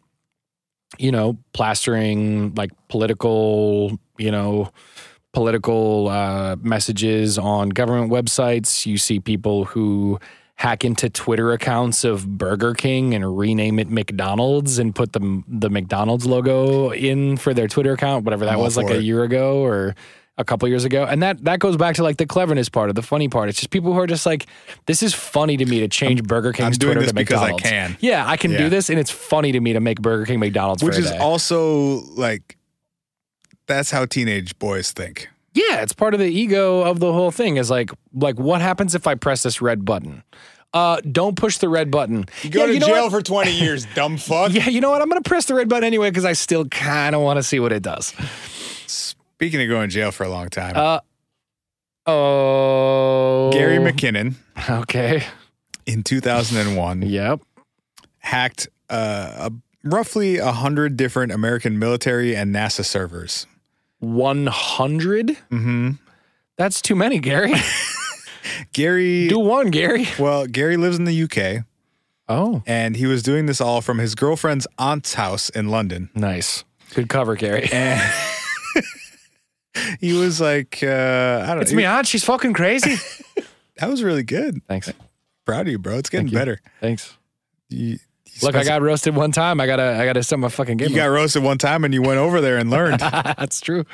S3: you know, plastering like political, you know, political uh, messages on government websites. You see people who hack into Twitter accounts of Burger King and rename it McDonald's and put the the McDonald's logo in for their Twitter account, whatever that
S4: I'm all
S3: was, like
S4: for
S3: a
S4: it.
S3: year ago or a couple years ago. And that that goes back to like the cleverness part of the funny part. It's just people who are just like, this is funny to me to change Burger King's
S4: doing
S3: Twitter
S4: this
S3: to
S4: because I
S3: McDonald's.
S4: can.
S3: Yeah, I can
S4: Yeah.
S3: do this, and it's funny to me to make Burger King McDonald's,
S4: Which
S3: for a
S4: is
S3: day.
S4: also like, that's how teenage boys think.
S3: Yeah, it's part of the ego of the whole thing. Is like, like what happens if I press this red button? Uh, don't push the red button.
S4: You go
S3: Yeah,
S4: to
S3: know
S4: jail
S3: what?
S4: for 20 years, dumb fuck.
S3: Yeah, you know what? I'm gonna press the red button anyway because I still kind of want to see what it does.
S4: Speaking of going to jail for a long time,
S3: Uh, oh,
S4: Gary McKinnon
S3: Okay.
S4: in 2001
S3: Yep.
S4: hacked uh, a, roughly 100 different American military and NASA servers.
S3: One hundred.
S4: hmm
S3: That's too many, Gary.
S4: Gary,
S3: Do one, Gary.
S4: well, Gary lives in the UK
S3: Oh,
S4: and he was doing this all from his girlfriend's aunt's house in London.
S3: nice. Good cover, Gary.
S4: And he was like, uh, I don't
S3: It's
S4: know.
S3: me aunt. She's fucking crazy.
S4: That was really good.
S3: Thanks.
S4: Proud of you, bro. It's getting
S3: Thank you.
S4: better.
S3: Thanks.
S4: You, you
S3: Look, I
S4: spent-
S3: got roasted one time. I gotta, I gotta set my fucking game.
S4: you got
S3: up.
S4: roasted one time and you went over there and learned.
S3: That's true.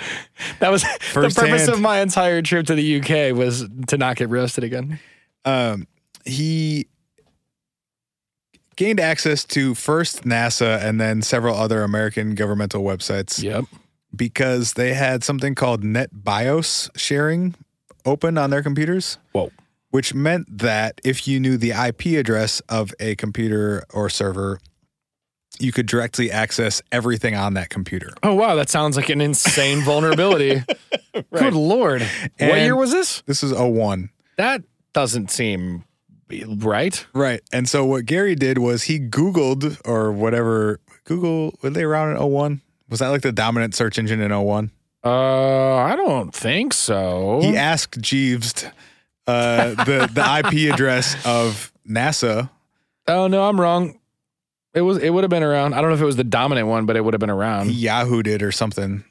S3: That was the purpose
S4: Firsthand.
S3: of my entire trip to the UK was to not get roasted again.
S4: um, he gained access to first NASA and then several other American governmental websites
S3: Yep.
S4: because they had something called NetBIOS sharing open on their computers.
S3: Whoa.
S4: Which meant that if you knew the IP address of a computer or server, you could directly access everything on that computer.
S3: Oh wow, that sounds like an insane vulnerability. Good lord. what
S4: And-
S3: year was this?
S4: This is 01.
S3: That doesn't seem right.
S4: Right. And so what Gary did was he Googled or whatever Google were they around in 01? Was that like the dominant search engine in 01?
S3: Uh, I don't think so.
S4: He asked Jeeves uh, the the IP address of NASA.
S3: Oh no, I'm wrong. It was it would have been around. I don't know if it was the dominant one, but it would have been around.
S4: He Yahooed it or something.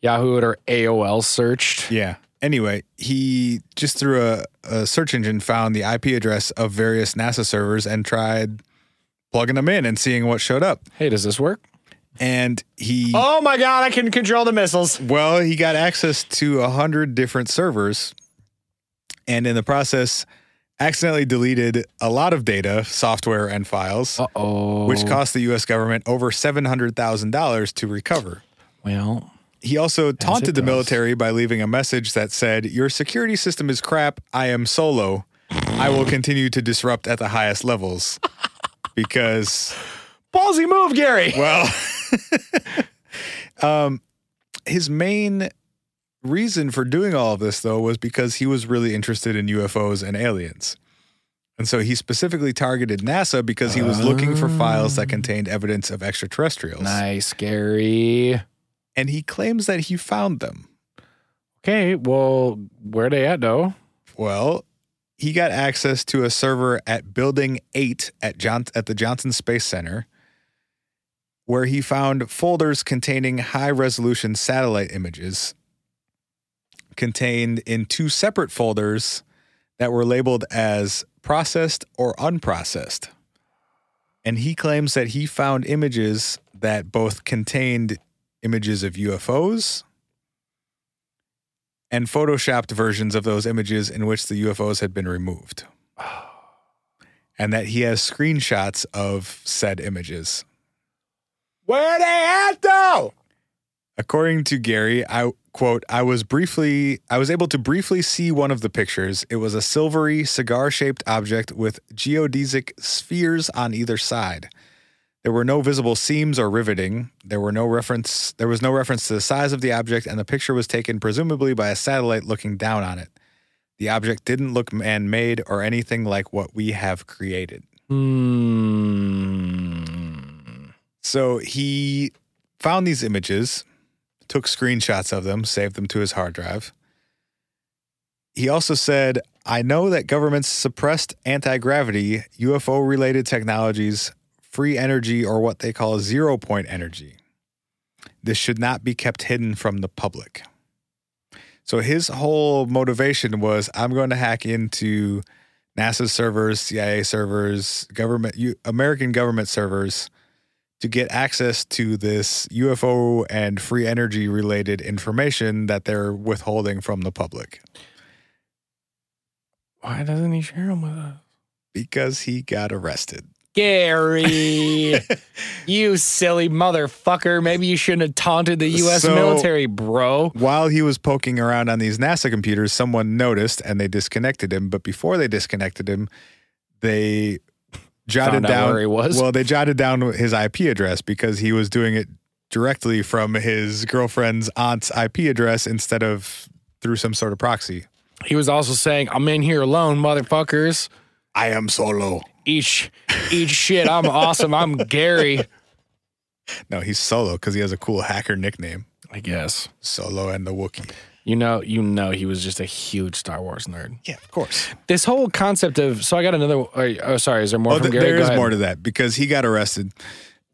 S3: Yahoo or AOL searched.
S4: Yeah. Anyway, he just through a, a search engine found the IP address of various NASA servers and tried plugging them in and seeing what showed up.
S3: Hey, does this work?
S4: And he
S3: Oh my god, I can control the missiles.
S4: Well, he got access to a hundred different servers, and in the process, accidentally deleted a lot of data, software, and files,
S3: Uh oh.
S4: which cost the U.S. government over seven hundred thousand dollars to recover.
S3: Well,
S4: He also taunted the
S3: does.
S4: military by leaving a message that said, "Your security system is crap. I am solo. I will continue to disrupt at the highest levels." Because
S3: ballsy move, Gary.
S4: well, um, his main reason for doing all of this, though, was because he was really interested in UFOs and aliens. And so he specifically targeted NASA because he was looking for files that contained evidence of extraterrestrials.
S3: Nice, Gary.
S4: And he claims that he found them.
S3: Okay, well, where they at though?
S4: Well, he got access to a server at Building 8 at, John- at the Johnson Space Center, where he found folders containing high resolution satellite images contained in two separate folders that were labeled as processed or unprocessed. And he claims that he found images that both contained images of UFOs and photoshopped versions of those images in which the UFOs had been removed. And that he has screenshots of said images.
S5: Where they at though?
S4: According to Gary, I quote, I was briefly I was able to briefly see one of the pictures. It was a silvery cigar-shaped object with geodesic spheres on either side. There were no visible seams or riveting. There were no reference there was no reference to the size of the object and the picture was taken presumably by a satellite looking down on it. The object didn't look man-made or anything like what we have created.
S3: Hmm.
S4: So he found these images, took screenshots of them, saved them to his hard drive. He also said, I know that governments suppressed anti gravity, UFO related technologies, free energy, or what they call zero point energy. This should not be kept hidden from the public. So his whole motivation was I'm going to hack into NASA servers, CIA servers, government, U- American government servers, to get access to this UFO and free energy related information that they're withholding from the public
S3: Why doesn't he share them with us?
S4: because he got arrested.
S3: Gary, you silly motherfucker. Maybe you shouldn't have taunted the U.S.
S4: So-
S3: military, bro.
S4: While he was poking around on these NASA computers, someone noticed and they disconnected him. But before they disconnected him, they jotted
S3: Found out
S4: down
S3: where he was?
S4: Well, they jotted down his IP address because he was doing it directly from his girlfriend's aunt's IP address instead of through some sort of proxy.
S3: He was also saying, I'm in here alone, motherfuckers.
S4: I am solo.
S3: Eat, sh- eat shit. I'm awesome. I'm Gary.
S4: No, he's solo because he has a cool hacker nickname.
S3: I guess.
S4: Solo and the Wookiee.
S3: You know, you know, he was just a huge Star Wars nerd.
S4: Yeah, of course.
S3: This whole concept of so I got another. Or, oh, sorry, is there more
S4: Oh,
S3: from
S4: th-
S3: Gary?
S4: there
S3: Go
S4: is
S3: ahead.
S4: more to that because he got arrested.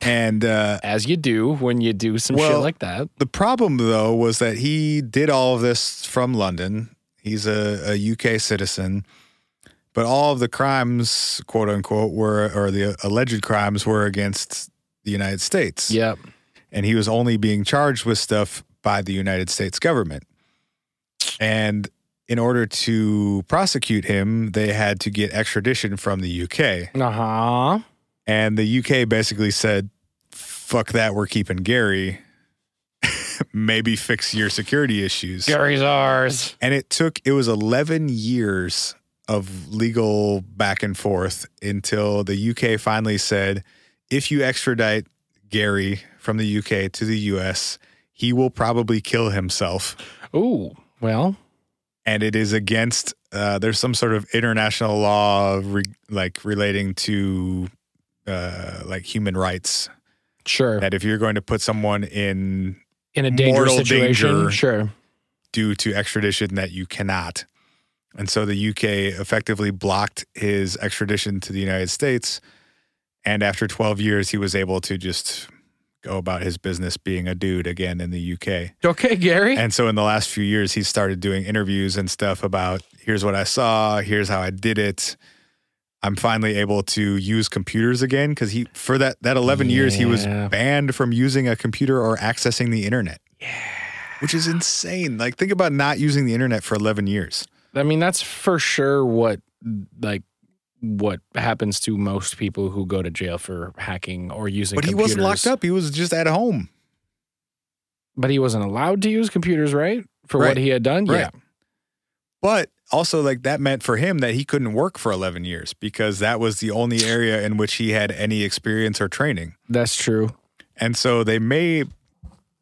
S4: And uh,
S3: As you do when you do some shit
S4: Well-
S3: like that.
S4: the problem, though, was that he did all of this from London. He's a, a UK citizen, but all of the crimes, quote unquote, were or the alleged crimes were against the United States.
S3: Yep.
S4: and he was only being charged with stuff by the United States government. And in order to prosecute him, they had to get extradition from the UK.
S3: Uh
S4: Uh-huh.
S3: huh.
S4: And the UK basically said, fuck that, we're keeping Gary. Maybe fix your security issues.
S3: Gary's ours.
S4: And it took, it was 11 years of legal back and forth until the UK finally said if you extradite Gary from the UK to the US, he will probably kill himself.
S3: Ooh. Well,
S4: And it is against, uh, there's some sort of international law re- like relating to uh, like human rights
S3: sure.
S4: that if you're going to put someone in
S3: In a dangerous
S4: mortal
S3: situation.
S4: danger.
S3: Sure.
S4: due to extradition that you cannot. And so the UK effectively blocked his extradition to the United States. And after 12 years, he was able to just go about his business being a dude again in the UK.
S3: Okay, Gary.
S4: And so in the last few years, he started doing interviews and stuff about here's what I saw, here's how I did it. I'm finally able to use computers again because he for that that 11 years he was
S3: Yeah.
S4: banned from using a computer or accessing the internet. Yeah, which is insane. Like think about not using the internet for 11 years.
S3: I mean, that's for sure what like what happens to most people who go to jail for hacking or using.
S4: But he wasn't
S3: computers.
S4: locked up. He was just at home.
S3: But he wasn't allowed to use computers, right? For what
S4: Right.
S3: he had done.
S4: Right.
S3: Yeah.
S4: But also like that meant for him that he couldn't work for 11 years because that was the only area in which he had any experience or training.
S3: That's true.
S4: And so they may,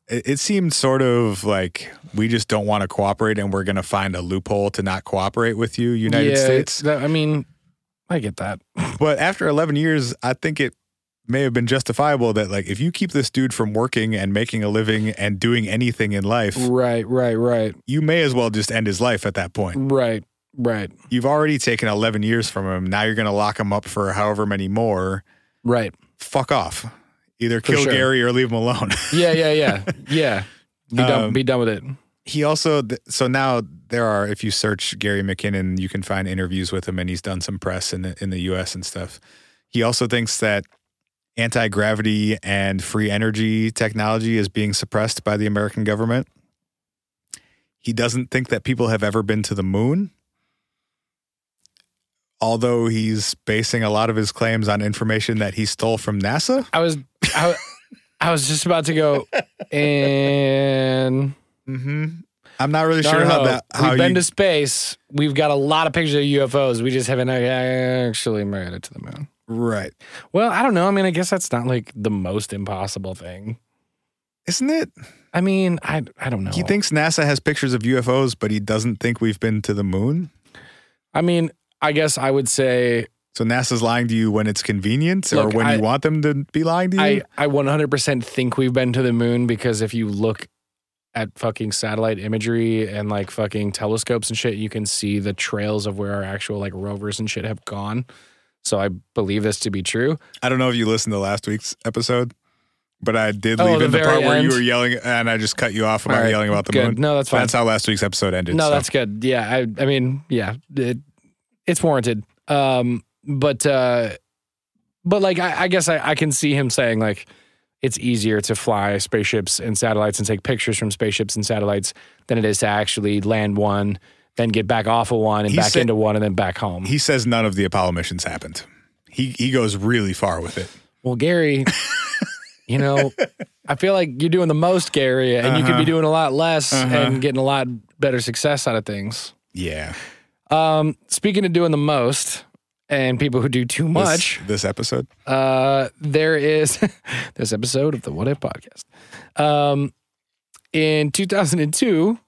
S4: it it seemed sort of like we just don't want to cooperate and we're going to find a loophole to not cooperate with you, United
S3: Yeah,
S4: States.
S3: that- I mean, I get that.
S4: But after 11 years, I think it may have been justifiable that, like, if you keep this dude from working and making a living and doing anything in life,
S3: Right, right, right,
S4: you may as well just end his life at that point.
S3: right, right,
S4: You've already taken 11 years from him. Now you're going to lock him up for however many more.
S3: right.
S4: Fuck off. Either
S3: For
S4: kill
S3: sure.
S4: Gary or leave him alone.
S3: Yeah, yeah, yeah, yeah. Be done.
S4: Um,
S3: be done with it.
S4: he also th- so now there are if you search Gary McKinnon, you can find interviews with him, and he's done some press in the in the U.S. and stuff. He also thinks that anti gravity and free energy technology is being suppressed by the American government. He doesn't think that people have ever been to the moon. Although he's basing a lot of his claims on information that he stole from NASA,
S3: I was, I, I was just about to go, and
S4: mm-hmm. I'm not really
S3: No,
S4: sure
S3: no,
S4: how
S3: no.
S4: that how
S3: We've
S4: you
S3: been to space. We've got a lot of pictures of UFOs. We just haven't actually made it to the moon.
S4: right
S3: Well, I don't know. I mean, I guess that's not like the most impossible thing.
S4: isn't it?
S3: I mean, I I don't know.
S4: He thinks NASA has pictures of UFOs, but he doesn't think we've been to the moon.
S3: I mean, I guess I would say
S4: So NASA's lying to you when it's convenient
S3: Look,
S4: or when
S3: I-
S4: you want them to be lying to you.
S3: I I 100% think we've been to the moon because if you look at fucking satellite imagery and like fucking telescopes and shit, you can see the trails of where our actual like rovers and shit have gone. So I believe this to be true.
S4: I don't know if you listened to last week's episode, but I did
S3: Oh,
S4: leave
S3: the
S4: in the part
S3: very
S4: where you
S3: end?
S4: were yelling and I just cut you off about
S3: All right,
S4: yelling about the
S3: Good.
S4: moon.
S3: No, that's fine.
S4: That's how last week's episode ended.
S3: No,
S4: so.
S3: that's good. Yeah, I, I mean, yeah, it, it's warranted. Um, but uh, but like, I, I guess I, I can see him saying like, it's easier to fly spaceships and satellites and take pictures from spaceships and satellites than it is to actually land one, then get back off of one and
S4: He
S3: back
S4: said-
S3: into one and then back home.
S4: he says none of the Apollo missions happened. He he goes really far with it.
S3: well, Gary, you know, I feel like you're doing the most, Gary, and you could
S4: Uh-huh.
S3: be doing a lot less
S4: Uh-huh.
S3: and getting a lot better success out of things.
S4: Yeah.
S3: Um, speaking of doing the most and people who do too
S4: This-
S3: much,
S4: This, episode.
S3: uh, there is this episode of the What If podcast. Um, in 2002,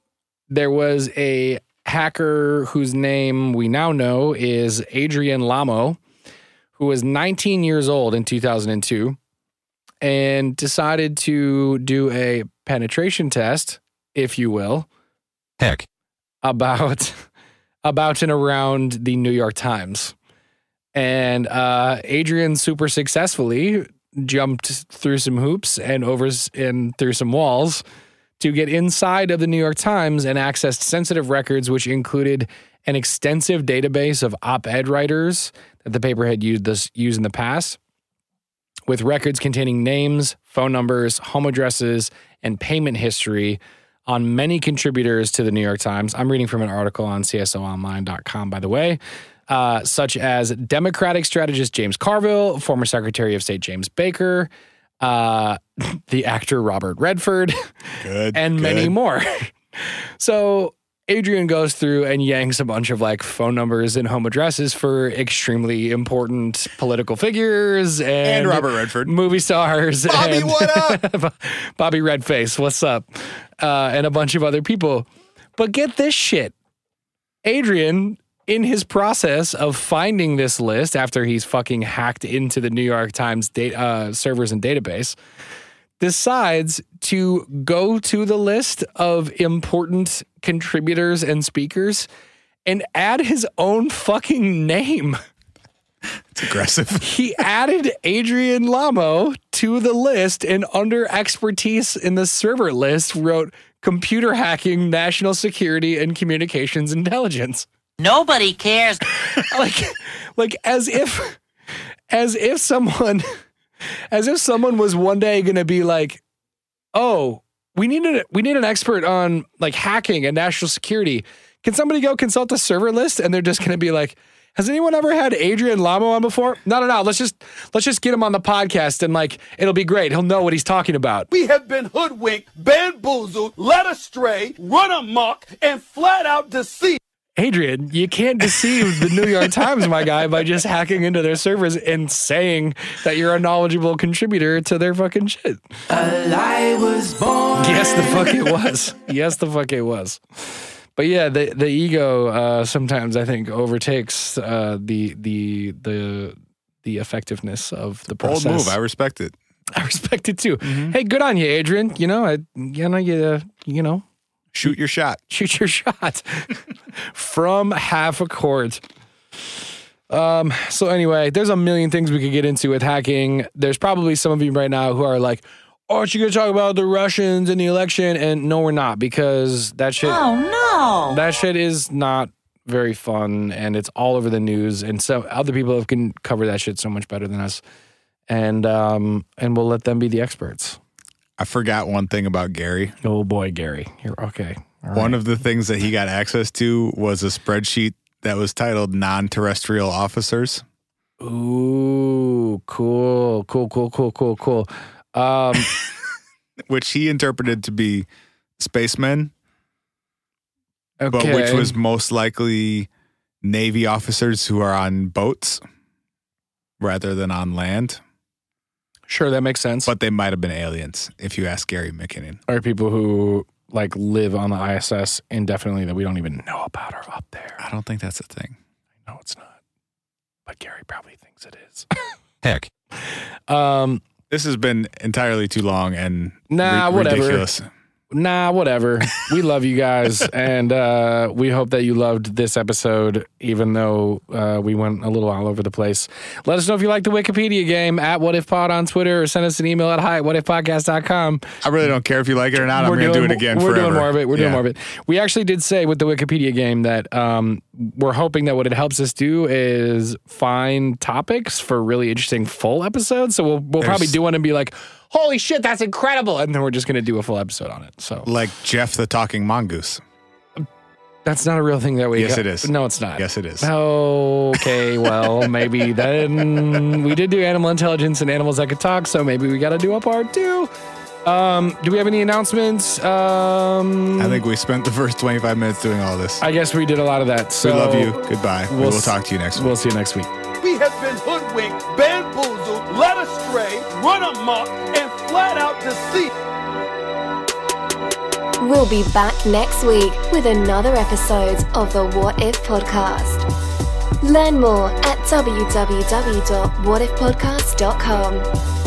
S3: there was a hacker whose name we now know is Adrian Lamo, who was 19 years old in 2002 and decided to do a penetration test, if you will,
S2: Heck.
S3: about about and around the New York Times. And uh, Adrian super successfully jumped through some hoops and over s- and through some walls to get inside of the New York Times and accessed sensitive records, which included an extensive database of op-ed writers that the paper had used this used in the past, with records containing names, phone numbers, home addresses, and payment history on many contributors to the New York Times. I'm reading from an article on CSOOnline.com, by the way, uh, such as Democratic strategist James Carville, former Secretary of State James Baker, uh, the actor Robert Redford,
S4: Good.
S3: and
S4: good.
S3: many more. so Adrian goes through and yanks a bunch of like phone numbers and home addresses for extremely important political figures and,
S4: And Robert Redford.
S3: movie stars.
S5: Bobby,
S3: and
S5: what
S3: up? Bobby Redface, what's up? Uh, and a bunch of other people. But get this shit. Adrian, in his process of finding this list after he's fucking hacked into the New York Times da- uh, servers and database, decides to go to the list of important contributors and speakers and add his own fucking name.
S4: It's aggressive.
S3: He added Adrian Lamo to the list and under expertise in the server list wrote computer hacking, national security, and communications intelligence.
S7: Nobody cares.
S3: like like as if as if someone as if someone was one day gonna be like oh we need an we need an expert on like hacking and national security can somebody go consult the server list and they're just gonna be like has anyone ever had Adrian Lamo on before? No, no, no. Let's just let's just get him on the podcast and like it'll be great. He'll know what he's talking about.
S8: We have been hoodwinked, bamboozled, led astray, run amok, and flat out deceived.
S3: Adrian, you can't deceive the New York Times, my guy, by just hacking into their servers and saying that you're a knowledgeable contributor to their fucking shit. Yes, the fuck it was. yes, the fuck it was. But yeah, the the ego uh, sometimes I think overtakes uh, the the the the effectiveness of the
S4: Bold
S3: process.
S4: move. I Mm-hmm. respect it.
S3: I respect it too. Hey, good on you, Adrian. You know, I, you know, you, uh, you know,
S4: Shoot your shot.
S3: shoot your shot from half a court. Um, so anyway, there's a million things we could get into with hacking. There's probably some of you right now who are like, "Oh, aren't you gonna talk about the Russians and the election?" And no, we're not because that shit.
S7: Oh
S3: That shit is not very fun, and it's all over the news. And so other people have can cover that shit so much better than us, and um, and we'll let them be the experts.
S4: I forgot one thing about Gary.
S3: Oh boy, Gary, you're okay. All right.
S4: One of the things that he got access to was a spreadsheet that was titled Non-Terrestrial Officers.
S3: Ooh, cool, cool, cool, cool, cool, cool. Um,
S4: which he interpreted to be spacemen,
S3: okay.
S4: but which was most likely Navy officers who are on boats rather than on land.
S3: sure that makes sense. But
S4: But they might have been aliens, if you ask Gary McKinnon.
S3: are people who like live on the ISS indefinitely that we don't even know about are up there?
S4: I don't think that's a thing.
S3: No, it's not. But Gary probably thinks it is.
S2: Heck.
S3: Um,
S4: This has been entirely too long and
S3: Nah, whatever.
S4: ridiculous.
S3: nah, whatever. We love you guys, and uh, we hope that you loved this episode, even though uh, we went a little all over the place. Let us know if you like the Wikipedia game at What If Pod on Twitter, or send us an email at hi at whatifpodcast.com.
S4: I really don't care if you like it or not. I'm going to do it again
S3: We're
S4: forever.
S3: doing more of it. We're doing
S4: Yeah.
S3: more of it. We actually did say with the Wikipedia game that um, we're hoping that what it helps us do is find topics for really interesting full episodes. So we'll, we'll probably
S4: There's-
S3: do one and be like, holy shit, that's incredible. And then we're just going to do a full episode on it. So
S4: Like Jeff the Talking Mongoose.
S3: that's not a real thing that we
S4: Yes, it is.
S3: No, it's not.
S4: Yes, it is.
S3: Okay, well, maybe then we did do animal intelligence and animals that could talk, so maybe we got to do a part two. Um, do we have any announcements? Um,
S4: I think we spent the first 25 minutes doing all this.
S3: I guess we did a lot of that. So
S4: we love you. Goodbye. We'll,
S3: we'll s-
S4: talk to you next
S3: We'll see you next week.
S8: We have been hoodwinked, bamboozled, led astray, run amok, and flat out deceived.
S1: We'll be back next week with another episode of the What If Podcast. Learn more at www.whatifpodcast.com.